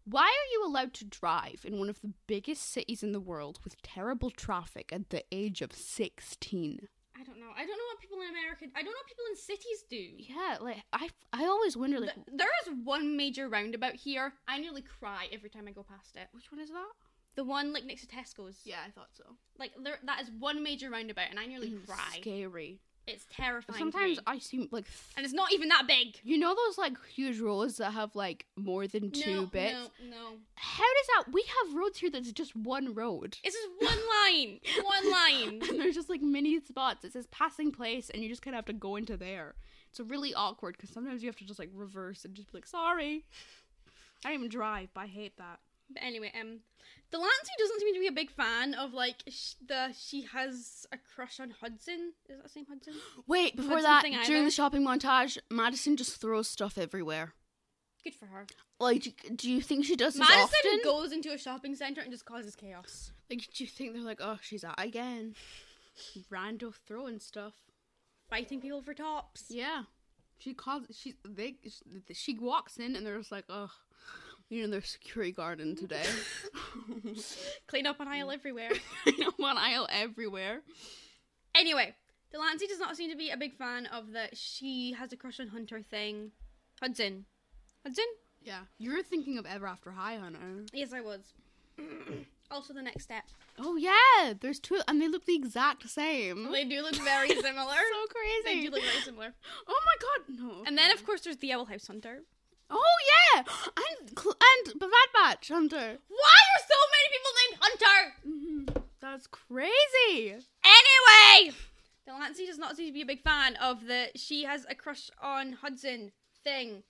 Speaker 2: Why are you allowed to drive in one of the biggest cities in the world with terrible traffic at the age of 16?
Speaker 1: I don't know. I don't know what people in America. I don't know what people in cities do.
Speaker 2: Yeah, like I, I always wonder like
Speaker 1: Th- there is one major roundabout here. I nearly cry every time I go past it.
Speaker 2: which one is that?
Speaker 1: The one like next to Tesco's.
Speaker 2: Yeah, I thought so.
Speaker 1: Like there, that is one major roundabout, and I nearly cry.
Speaker 2: Mm, Scary.
Speaker 1: It's terrifying. to
Speaker 2: Sometimes
Speaker 1: me.
Speaker 2: I seem like
Speaker 1: and it's not even that big.
Speaker 2: you know those like huge roads that have like more than two
Speaker 1: no,
Speaker 2: bits.
Speaker 1: No, no.
Speaker 2: How does that? We have roads here that's just one road.
Speaker 1: It's just one line. one line.
Speaker 2: And there's just like many spots. It says passing place, and you just kind of have to go into there. It's really awkward because sometimes you have to just like reverse and just be like, sorry. I don't even drive, but I hate that.
Speaker 1: But anyway, um, Delancey doesn't seem to be a big fan of like sh- the she has a crush on Hudson. Is that the same Hudson?
Speaker 2: Wait, before
Speaker 1: That's
Speaker 2: that,
Speaker 1: something
Speaker 2: during
Speaker 1: either.
Speaker 2: the shopping montage, Madison just throws stuff everywhere.
Speaker 1: Good for her.
Speaker 2: Like, do, do you think she does this
Speaker 1: Madison
Speaker 2: often?
Speaker 1: goes into a shopping center and just causes chaos.
Speaker 2: like, do you think they're like, oh, she's out again? Randall throwing stuff.
Speaker 1: Fighting people for tops.
Speaker 2: Yeah, she calls. She they she walks in and they're just like, oh, you know, their security guard in today.
Speaker 1: Clean up on aisle everywhere.
Speaker 2: I know one aisle everywhere.
Speaker 1: Anyway, Delancey does not seem to be a big fan of the she has a crush on Hunter thing. Hudson. Hudson?
Speaker 2: Yeah, you're thinking of Ever After High Hunter.
Speaker 1: Yes, I was. also, the next step.
Speaker 2: Oh yeah, there's two, and they look the exact same.
Speaker 1: They do look very similar.
Speaker 2: so
Speaker 1: they
Speaker 2: crazy.
Speaker 1: do look very similar.
Speaker 2: oh my god, no.
Speaker 1: And then, of course, there's the Owl House Hunter.
Speaker 2: oh yeah, and Cl- and Bad Batch Hunter.
Speaker 1: Why are so many people named Hunter?
Speaker 2: That's crazy.
Speaker 1: Anyway, Delancey does not seem to be a big fan of the she has a crush on Hudson thing.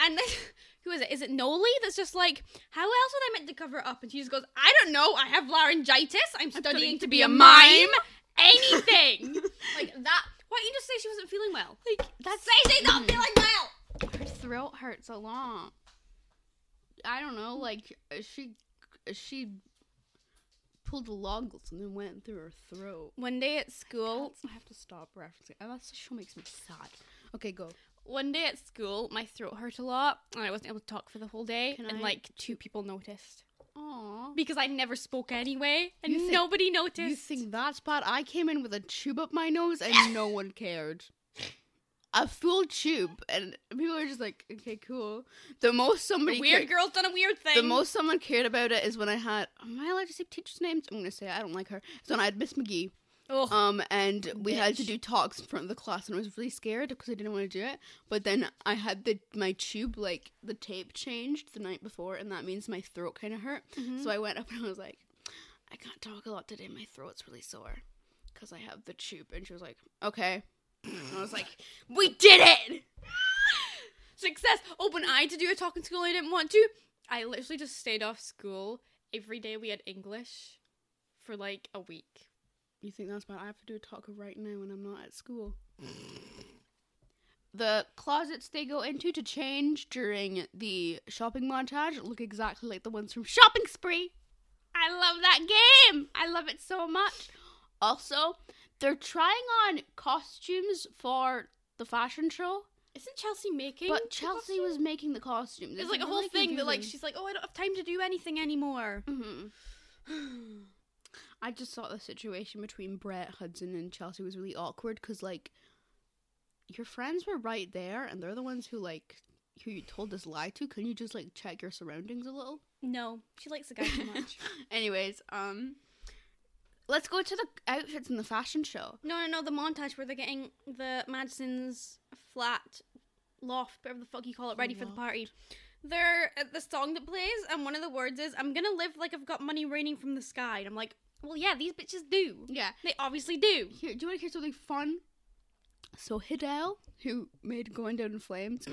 Speaker 1: And then, who is it? Is it Noli that's just like, how else would I meant to cover it up? And she just goes, I don't know. I have laryngitis. I'm studying, to, be, a mime. Anything. like that. Why don't you just say she wasn't feeling well?
Speaker 2: Like
Speaker 1: That's Mm. say she's not feeling well.
Speaker 2: her throat hurts a lot. I don't know, like she she pulled a log and then went through her throat.
Speaker 1: One day at school,
Speaker 2: I have to stop referencing. Oh, that show makes me sad. Okay, go.
Speaker 1: one day at school, my throat hurt a lot, and I wasn't able to talk for the whole day,
Speaker 2: Can
Speaker 1: and
Speaker 2: I-
Speaker 1: like two people noticed.
Speaker 2: Aw.
Speaker 1: because I never spoke anyway, and
Speaker 2: You think-
Speaker 1: nobody noticed.
Speaker 2: You think that's bad? I came in with a tube up my nose and no one cared. A full tube, and people are just like, "Okay, cool." The most somebody
Speaker 1: the weird
Speaker 2: cared-
Speaker 1: girl's done a weird thing.
Speaker 2: The most someone cared about it is when I had. Am I allowed to say teachers' names? I'm gonna say it, I don't like her. So when I had Miss McGee.
Speaker 1: Ugh.
Speaker 2: Um, and we had to
Speaker 1: Bitch.
Speaker 2: do talks in front of the class, and I was really scared because I didn't want to do it. But then I had the my tube like the tape changed the night before, and that means my throat kind of hurt. So I went up and I was like, I can't talk a lot today. My throat's really sore because I have the tube. And she was like, Okay. And I was like, We did it.
Speaker 1: success. Oh, when I had to do a talk in school, I didn't want to. I literally just stayed off school every day. We had English for like a week.
Speaker 2: You think that's bad? I have to do a talk right now when I'm not at school. the closets they go into to change during the shopping montage look exactly like the ones from Shopping Spree. I love that game. I love it so much. Also, they're trying on costumes for the fashion show,
Speaker 1: Isn't Chelsea making?
Speaker 2: but Chelsea was making the costumes.
Speaker 1: It's like a whole thing that like she's like, oh, I don't have time to do anything anymore.
Speaker 2: hmm I just thought the situation between Brett Hudson and Chelsea was really awkward because, like, your friends were right there, and they're the ones who, like, who you told this lie to. Can you just like check your surroundings a little?
Speaker 1: No, she likes the guy too much.
Speaker 2: Anyways, um, let's go to the outfits in the fashion show.
Speaker 1: no, no, no. The montage where they're getting the Madison's flat loft, whatever the fuck you call it, ready for the
Speaker 2: Loft.
Speaker 1: party. They're at the song that plays, and one of the words is, "I'm gonna live like I've got money raining from the sky." And I'm like, "Well, yeah, these bitches do.
Speaker 2: Yeah.
Speaker 1: They obviously do."
Speaker 2: Here, do you want to hear something fun? So Hidel, who made Going Down in Flames,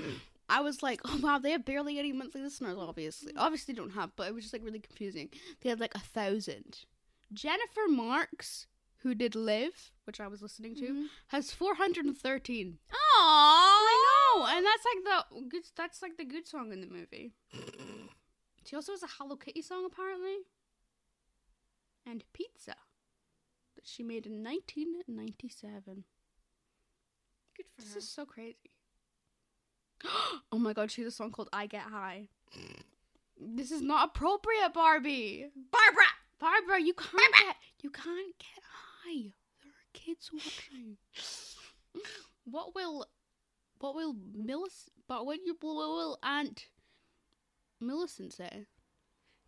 Speaker 2: I was like, oh wow, they have barely any monthly listeners. Obviously, obviously don't have, but it was just like really confusing. They had like a thousand. Jennifer Marks, who did Live, which I was listening to,
Speaker 1: Mm-hmm.
Speaker 2: has four hundred and thirteen.
Speaker 1: Aww, I
Speaker 2: Oh, and that's like the good. That's like the good song in the movie. she also has a Hello Kitty song apparently, and Pizza that she made in 1997.
Speaker 1: Good for
Speaker 2: This
Speaker 1: her.
Speaker 2: is so crazy. oh my god, she has a song called I Get High. This is not appropriate, Barbie.
Speaker 1: Barbara.
Speaker 2: Barbara, you can't get you can't get high. There are kids watching. what will what will Millicent but what you what will Aunt Millicent say?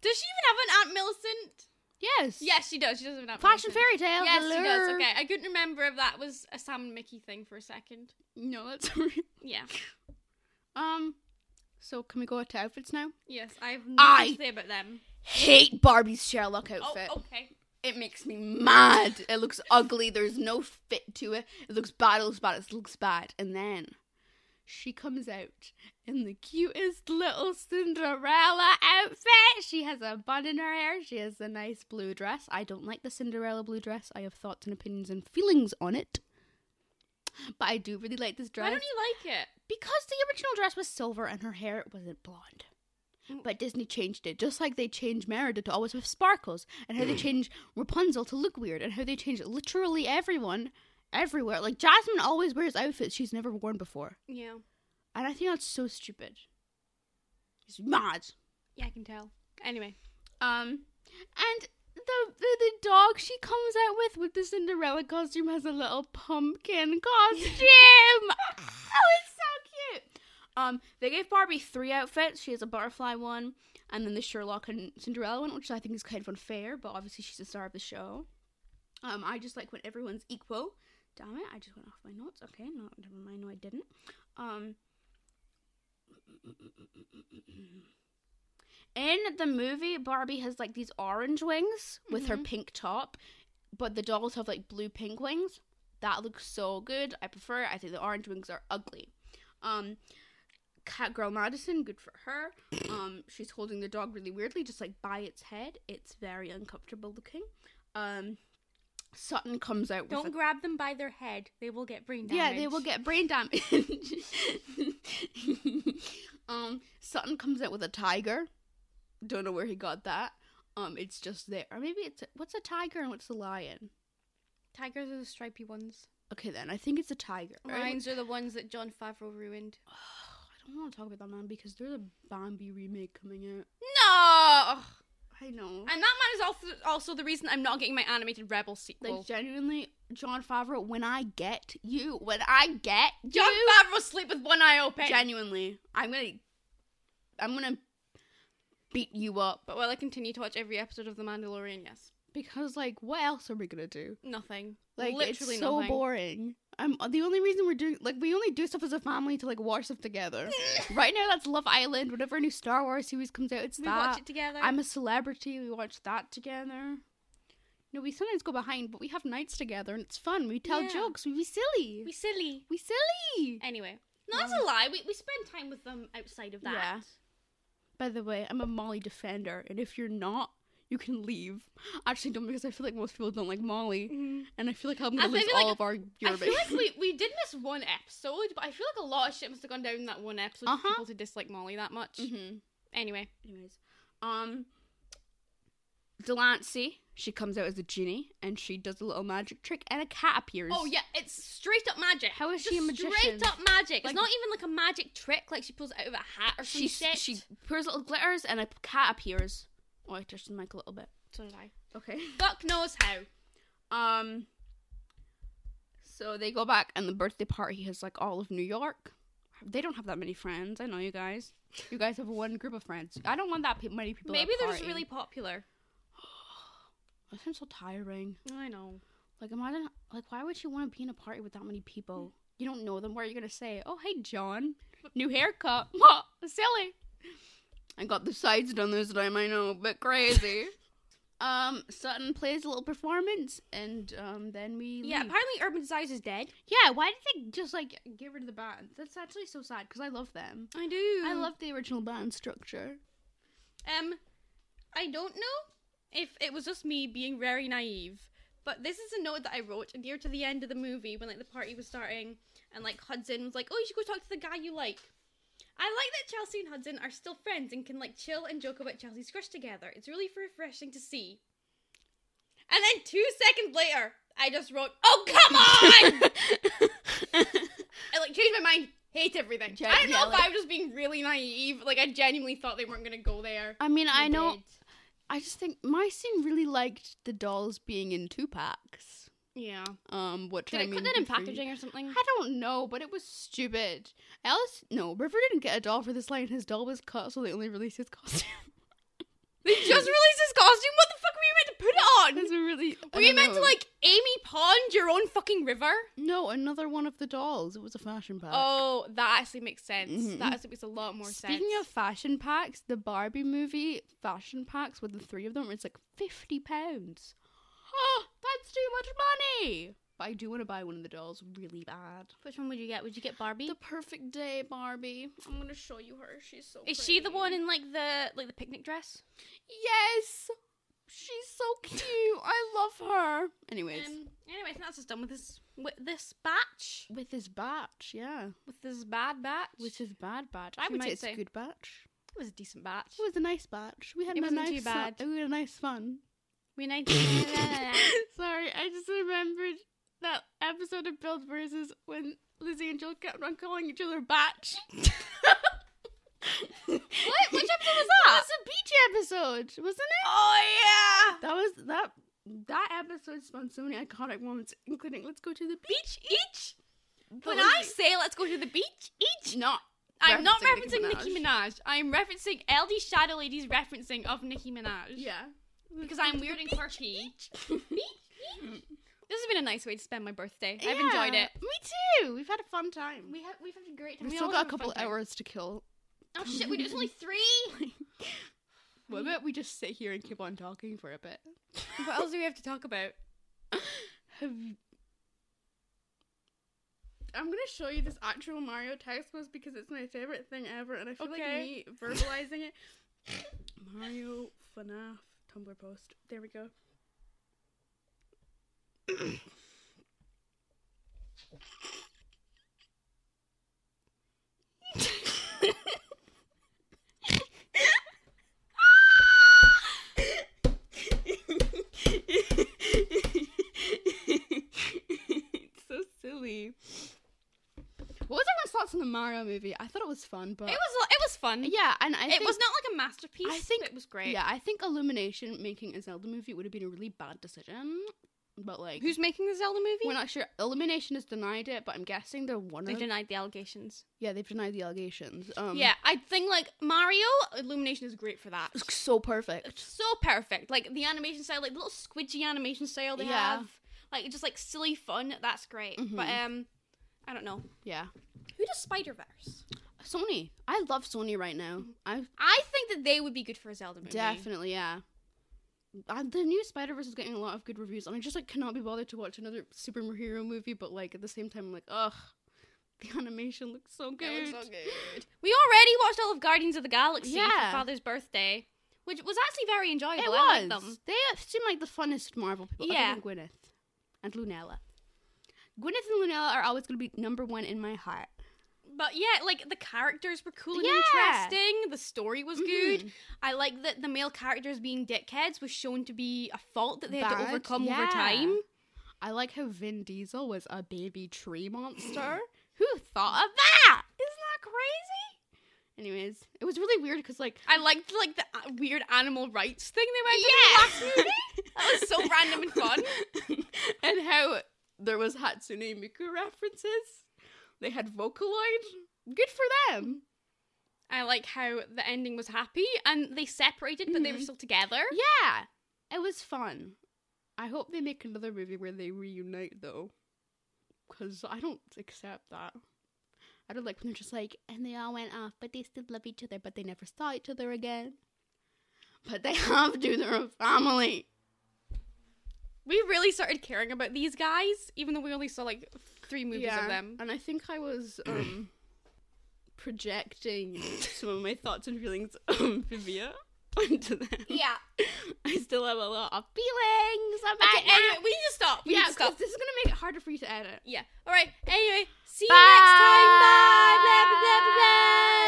Speaker 1: Does she even have an Aunt Millicent?
Speaker 2: Yes.
Speaker 1: Yes, she does. She does have an Aunt
Speaker 2: Fashion
Speaker 1: Millicent.
Speaker 2: fairy tale.
Speaker 1: Yes, she does.
Speaker 2: allure.
Speaker 1: Okay, I couldn't remember if that was a Sam and Mickey thing for a second.
Speaker 2: No, that's alright.
Speaker 1: Yeah.
Speaker 2: Um so can we go to outfits now?
Speaker 1: Yes, I have
Speaker 2: I-
Speaker 1: nothing to say about them.
Speaker 2: Hate Barbie's Sherlock
Speaker 1: Oh,
Speaker 2: outfit.
Speaker 1: okay.
Speaker 2: It makes me mad. It looks ugly. There's no fit to it. It looks bad. It looks bad. It looks bad. And then she comes out in the cutest little Cinderella outfit. She has a bun in her hair. She has a nice blue dress. I don't like the Cinderella blue dress. I have thoughts and opinions and feelings on it. But I do really like this dress
Speaker 1: Why don't you like it?
Speaker 2: because the original dress was silver and her hair wasn't blonde.
Speaker 1: Mm.
Speaker 2: But Disney changed it, just like they changed Merida to always have sparkles, and how they changed Rapunzel to look weird, and how they changed literally everyone everywhere. Like Jasmine always wears outfits she's never worn before,
Speaker 1: Yeah.
Speaker 2: and I think that's so stupid. It's mad.
Speaker 1: Yeah, I can tell. Anyway.
Speaker 2: Um, and the, the the dog she comes out with with the Cinderella costume has a little pumpkin costume. oh, it's so cute. Um, they gave Barbie three outfits. She has a butterfly one, and then the Sherlock and Cinderella one, which I think is kind of unfair, but obviously she's the star of the show. Um, I just like when everyone's equal. Damn it! I just went off my notes. Okay, no, never mind. No, I didn't. Um. In the movie, Barbie has like these orange wings with her
Speaker 1: Mhm.
Speaker 2: pink top, but the dolls have like blue pink wings. That looks so good. I prefer it. I think the orange wings are ugly. Um, Catgirl Madison, good for her. Um, she's holding the dog really weirdly, just like by its head. It's very uncomfortable looking. Um, Sutton comes out with a-
Speaker 1: Don't grab them by their head. They will get brain damage.
Speaker 2: yeah, they will get brain damage. um, Sutton comes out with a tiger. Don't know where he got that. Um, it's just there. Or maybe it's what's a tiger and what's a lion?
Speaker 1: Tigers are the stripy ones.
Speaker 2: Okay, then I think it's a tiger. Or it
Speaker 1: Lions are the ones that John Favreau ruined.
Speaker 2: was- I don't want to talk about that man because there's a Bambi remake coming out.
Speaker 1: No!
Speaker 2: I know.
Speaker 1: And that man is also, also the reason I'm not getting my animated Rebel
Speaker 2: like
Speaker 1: sequel.
Speaker 2: genuinely, John Favreau. When I get you, when I get
Speaker 1: John
Speaker 2: you,
Speaker 1: Favreau sleep with one eye open.
Speaker 2: genuinely, I'm gonna, I'm gonna beat you up.
Speaker 1: but will I continue to watch every episode of The Mandalorian? Yes.
Speaker 2: Because like, what else are we gonna do?
Speaker 1: Nothing.
Speaker 2: Like,
Speaker 1: Literally
Speaker 2: it's so
Speaker 1: nothing.
Speaker 2: boring. I'm the only reason we're doing like we only do stuff as a family to like watch stuff together. right now, that's Love Island. Whenever a new Star Wars series comes out, it's
Speaker 1: We
Speaker 2: that.
Speaker 1: watch it together.
Speaker 2: I'm a celebrity. We watch that together. No, we sometimes go behind, but we have nights together and it's fun. We tell
Speaker 1: Yeah.
Speaker 2: jokes. We be silly.
Speaker 1: we silly.
Speaker 2: We silly.
Speaker 1: Anyway. Um, No, that's a lie. We, we spend time with them outside of that.
Speaker 2: Yeah. By the way, I'm a Molly defender, and if you're not, you can leave. Actually, don't because I feel like most people don't like Molly, and Mm-hmm. I feel like I'm gonna
Speaker 1: I
Speaker 2: lose
Speaker 1: feel like-
Speaker 2: all of our.
Speaker 1: I feel like we, we did miss one episode, but I feel like a lot of shit must have gone down in that one episode for
Speaker 2: Uh-huh.
Speaker 1: people to dislike Molly that much.
Speaker 2: mm-hmm.
Speaker 1: Anyway.
Speaker 2: Anyways, um, Delancey, she comes out as a genie and she does a little magic trick and a cat appears.
Speaker 1: Oh yeah, it's straight up magic.
Speaker 2: How is
Speaker 1: Just
Speaker 2: she a magician?
Speaker 1: Straight up magic.
Speaker 2: Like-
Speaker 1: it's not even like a magic trick, like she pulls it out of a hat or some
Speaker 2: She
Speaker 1: shit.
Speaker 2: she pours little glitters and a p- cat appears. Oh, I touched the mic a little bit.
Speaker 1: So did I.
Speaker 2: Okay.
Speaker 1: Fuck knows how.
Speaker 2: Um. So they go back and the birthday party has like all of New York. They don't have that many friends. I know you guys. You guys have one group of friends. I don't want that pe- many people. at a
Speaker 1: Maybe they're just
Speaker 2: party.
Speaker 1: really popular.
Speaker 2: That sounds so tiring.
Speaker 1: I know.
Speaker 2: Like, imagine, like, why would you want to be in a party with that many people? You don't know them. Where are you gonna say, "Oh, hey, John, new haircut"? What? Silly. I got the sides done this time. I know, but crazy. um, Sutton plays a little performance, and um, then we
Speaker 1: Yeah,
Speaker 2: leave.
Speaker 1: apparently Urban Size is dead.
Speaker 2: yeah. Why did they just like get rid of the band? That's actually so sad because I love them.
Speaker 1: I do.
Speaker 2: I love the original band structure.
Speaker 1: Um, I don't know if it was just me being very naive, but this is a note that I wrote near to the end of the movie when like the party was starting, and like Hudson was like, "Oh, you should go talk to the guy you like." I like that Chelsea and Hudson are still friends and can like chill and joke about Chelsea's crush together. It's really refreshing to see. And then two seconds later, I just wrote, "Oh come on!" I like changed my mind. Hate everything.
Speaker 2: Gen-
Speaker 1: I don't know
Speaker 2: yeah,
Speaker 1: if
Speaker 2: like-
Speaker 1: I was just being really naive. Like I genuinely thought they weren't gonna go there.
Speaker 2: I mean, I
Speaker 1: They
Speaker 2: know.
Speaker 1: did.
Speaker 2: I just think my scene really liked the dolls being in two packs.
Speaker 1: Yeah.
Speaker 2: Um, what
Speaker 1: Did
Speaker 2: I
Speaker 1: it
Speaker 2: mean
Speaker 1: put that in
Speaker 2: before you-
Speaker 1: packaging or something?
Speaker 2: I don't know, but it was stupid. Alice, no, River didn't get a doll for this line. His doll was cut, so they only released his costume.
Speaker 1: They just released his costume. What the fuck were you meant to put it on?
Speaker 2: That's a really. I
Speaker 1: Oh, Were you
Speaker 2: don't
Speaker 1: meant to
Speaker 2: know.
Speaker 1: like Amy Pond your own fucking river?
Speaker 2: No, another one of the dolls. It was a fashion pack.
Speaker 1: Oh, that actually makes sense.
Speaker 2: Mhm.
Speaker 1: That actually makes a lot more sense.
Speaker 2: Speaking of fashion packs, the Barbie movie fashion packs with the three of them, it's like fifty pounds. Oh, that's too much money. But I do want to buy one of the dolls really bad.
Speaker 1: which one would you get? Would you get Barbie?
Speaker 2: The perfect day, Barbie. I'm gonna show you her. She's so.
Speaker 1: Is she the
Speaker 2: pretty.
Speaker 1: one in like the like the picnic dress?
Speaker 2: Yes, she's so cute. I love her. Anyways,
Speaker 1: Um, anyway, so that's us done with this with this batch,
Speaker 2: With his batch, yeah.
Speaker 1: with this bad batch.
Speaker 2: With his bad batch. I
Speaker 1: You
Speaker 2: would
Speaker 1: might
Speaker 2: say it's
Speaker 1: say.
Speaker 2: a good batch.
Speaker 1: it was a decent batch.
Speaker 2: It was a nice batch. We had
Speaker 1: It
Speaker 2: a
Speaker 1: wasn't too
Speaker 2: nice
Speaker 1: bad.
Speaker 2: Fun. We had a nice fun.
Speaker 1: We nice.
Speaker 2: Sorry, I just remembered that episode of Build Versus when Lizzie and Jill kept on calling each other batch. what? Which
Speaker 1: Which episode was
Speaker 2: That
Speaker 1: that?
Speaker 2: was a beach episode, wasn't it?
Speaker 1: Oh yeah.
Speaker 2: That was that that episode spawned so many iconic moments, including let's go to the beach.
Speaker 1: Beach each.
Speaker 2: The
Speaker 1: When
Speaker 2: Lizzie-
Speaker 1: I say let's go to the beach each,
Speaker 2: not
Speaker 1: I'm not
Speaker 2: referencing
Speaker 1: referencing
Speaker 2: Nicki
Speaker 1: Nicki Minaj. I'm referencing LD Shadow Lady's referencing of Nicki Minaj.
Speaker 2: yeah,
Speaker 1: Because I'm weird and quirky. This has been a nice way to spend my birthday. I've
Speaker 2: Yeah,
Speaker 1: enjoyed it.
Speaker 2: Me too. We've had a fun time.
Speaker 1: have we've had a great
Speaker 2: We've
Speaker 1: We
Speaker 2: still
Speaker 1: all
Speaker 2: got
Speaker 1: have
Speaker 2: a couple
Speaker 1: fun time.
Speaker 2: hours to kill.
Speaker 1: Oh shit, we do it's only three.
Speaker 2: What about we just sit here and keep on talking for a bit?
Speaker 1: what else do we have to talk about?
Speaker 2: Have you... I'm gonna show you this actual Mario text post because it's my favorite thing ever, and I feel
Speaker 1: Okay.
Speaker 2: like me verbalizing it. Mario FNAF Tumblr post. There we go. it's so silly. What was everyone's thoughts on the Mario movie? I thought it was fun, but
Speaker 1: It was it was fun.
Speaker 2: yeah, and I
Speaker 1: it
Speaker 2: think,
Speaker 1: was not like a masterpiece.
Speaker 2: I think-
Speaker 1: but it was great.
Speaker 2: Yeah, I think Illumination making a Zelda movie would have been a really bad decision. But like,
Speaker 1: Who's making the Zelda movie?
Speaker 2: we're not sure. Illumination has denied it, but I'm guessing they're one
Speaker 1: they
Speaker 2: of.
Speaker 1: denied the allegations.
Speaker 2: yeah, they've denied the allegations. Um,
Speaker 1: yeah, I think like Mario Illumination is great for that.
Speaker 2: it's so perfect.
Speaker 1: so perfect. Like the animation style, like the little squidgy animation style they
Speaker 2: Yeah.
Speaker 1: have. Like just like silly fun. That's great. But
Speaker 2: Mhm.
Speaker 1: um, I don't know.
Speaker 2: Yeah,
Speaker 1: Who does Spider Verse?
Speaker 2: Sony. I love Sony right now. I
Speaker 1: I think that they would be good for a Zelda movie.
Speaker 2: Definitely, yeah. Uh, the new Spider Verse is getting a lot of good reviews, and I just like cannot be bothered to watch another superhero movie. But like at the same time, I'm like, ugh, the animation looks so good.
Speaker 1: It looks so good. We already watched all of Guardians of the Galaxy
Speaker 2: Yeah.
Speaker 1: for Father's birthday, which was actually very enjoyable.
Speaker 2: It
Speaker 1: I liked
Speaker 2: was.
Speaker 1: them.
Speaker 2: They uh, seem like the funnest Marvel people.
Speaker 1: Yeah.
Speaker 2: Yeah, Gwyneth and Lunella. Gwyneth and Lunella are always going to be number one in my heart.
Speaker 1: But yeah, like the characters were cool and
Speaker 2: Yeah.
Speaker 1: interesting. The story was good.
Speaker 2: Mhm.
Speaker 1: I like that the male characters being dickheads was shown to be a fault that they had to
Speaker 2: Bad,
Speaker 1: overcome over
Speaker 2: yeah.
Speaker 1: time.
Speaker 2: I like how Vin Diesel was a baby tree monster. Who thought of that? Isn't that crazy? Anyways, it was really weird because like
Speaker 1: I liked like the uh, weird animal rights thing they went to in the last movie. That was so random and fun.
Speaker 2: and how there was Hatsune Miku references. They had Vocaloid. Good for them.
Speaker 1: I like how the ending was happy and they separated, but they were
Speaker 2: Mhm.
Speaker 1: still together.
Speaker 2: Yeah, it was fun. I hope they make another movie where they reunite though, because I don't accept that. I don't like when they're just like, and they all went off, but they still love each other, but they never saw each other again. But they have to. They're a family.
Speaker 1: We really started caring about these guys, even though we only saw like three movies of them.
Speaker 2: And I think I was um projecting some of my thoughts and feelings on Vivia onto them.
Speaker 1: Yeah.
Speaker 2: I still have a lot of feelings about
Speaker 1: Okay, anyway, we need to stop. We
Speaker 2: yeah,
Speaker 1: need to
Speaker 2: because
Speaker 1: stop.
Speaker 2: this is gonna make it harder for you to edit.
Speaker 1: Yeah. All right. Anyway, see you next time. Bye. Blah, blah, blah, blah, blah.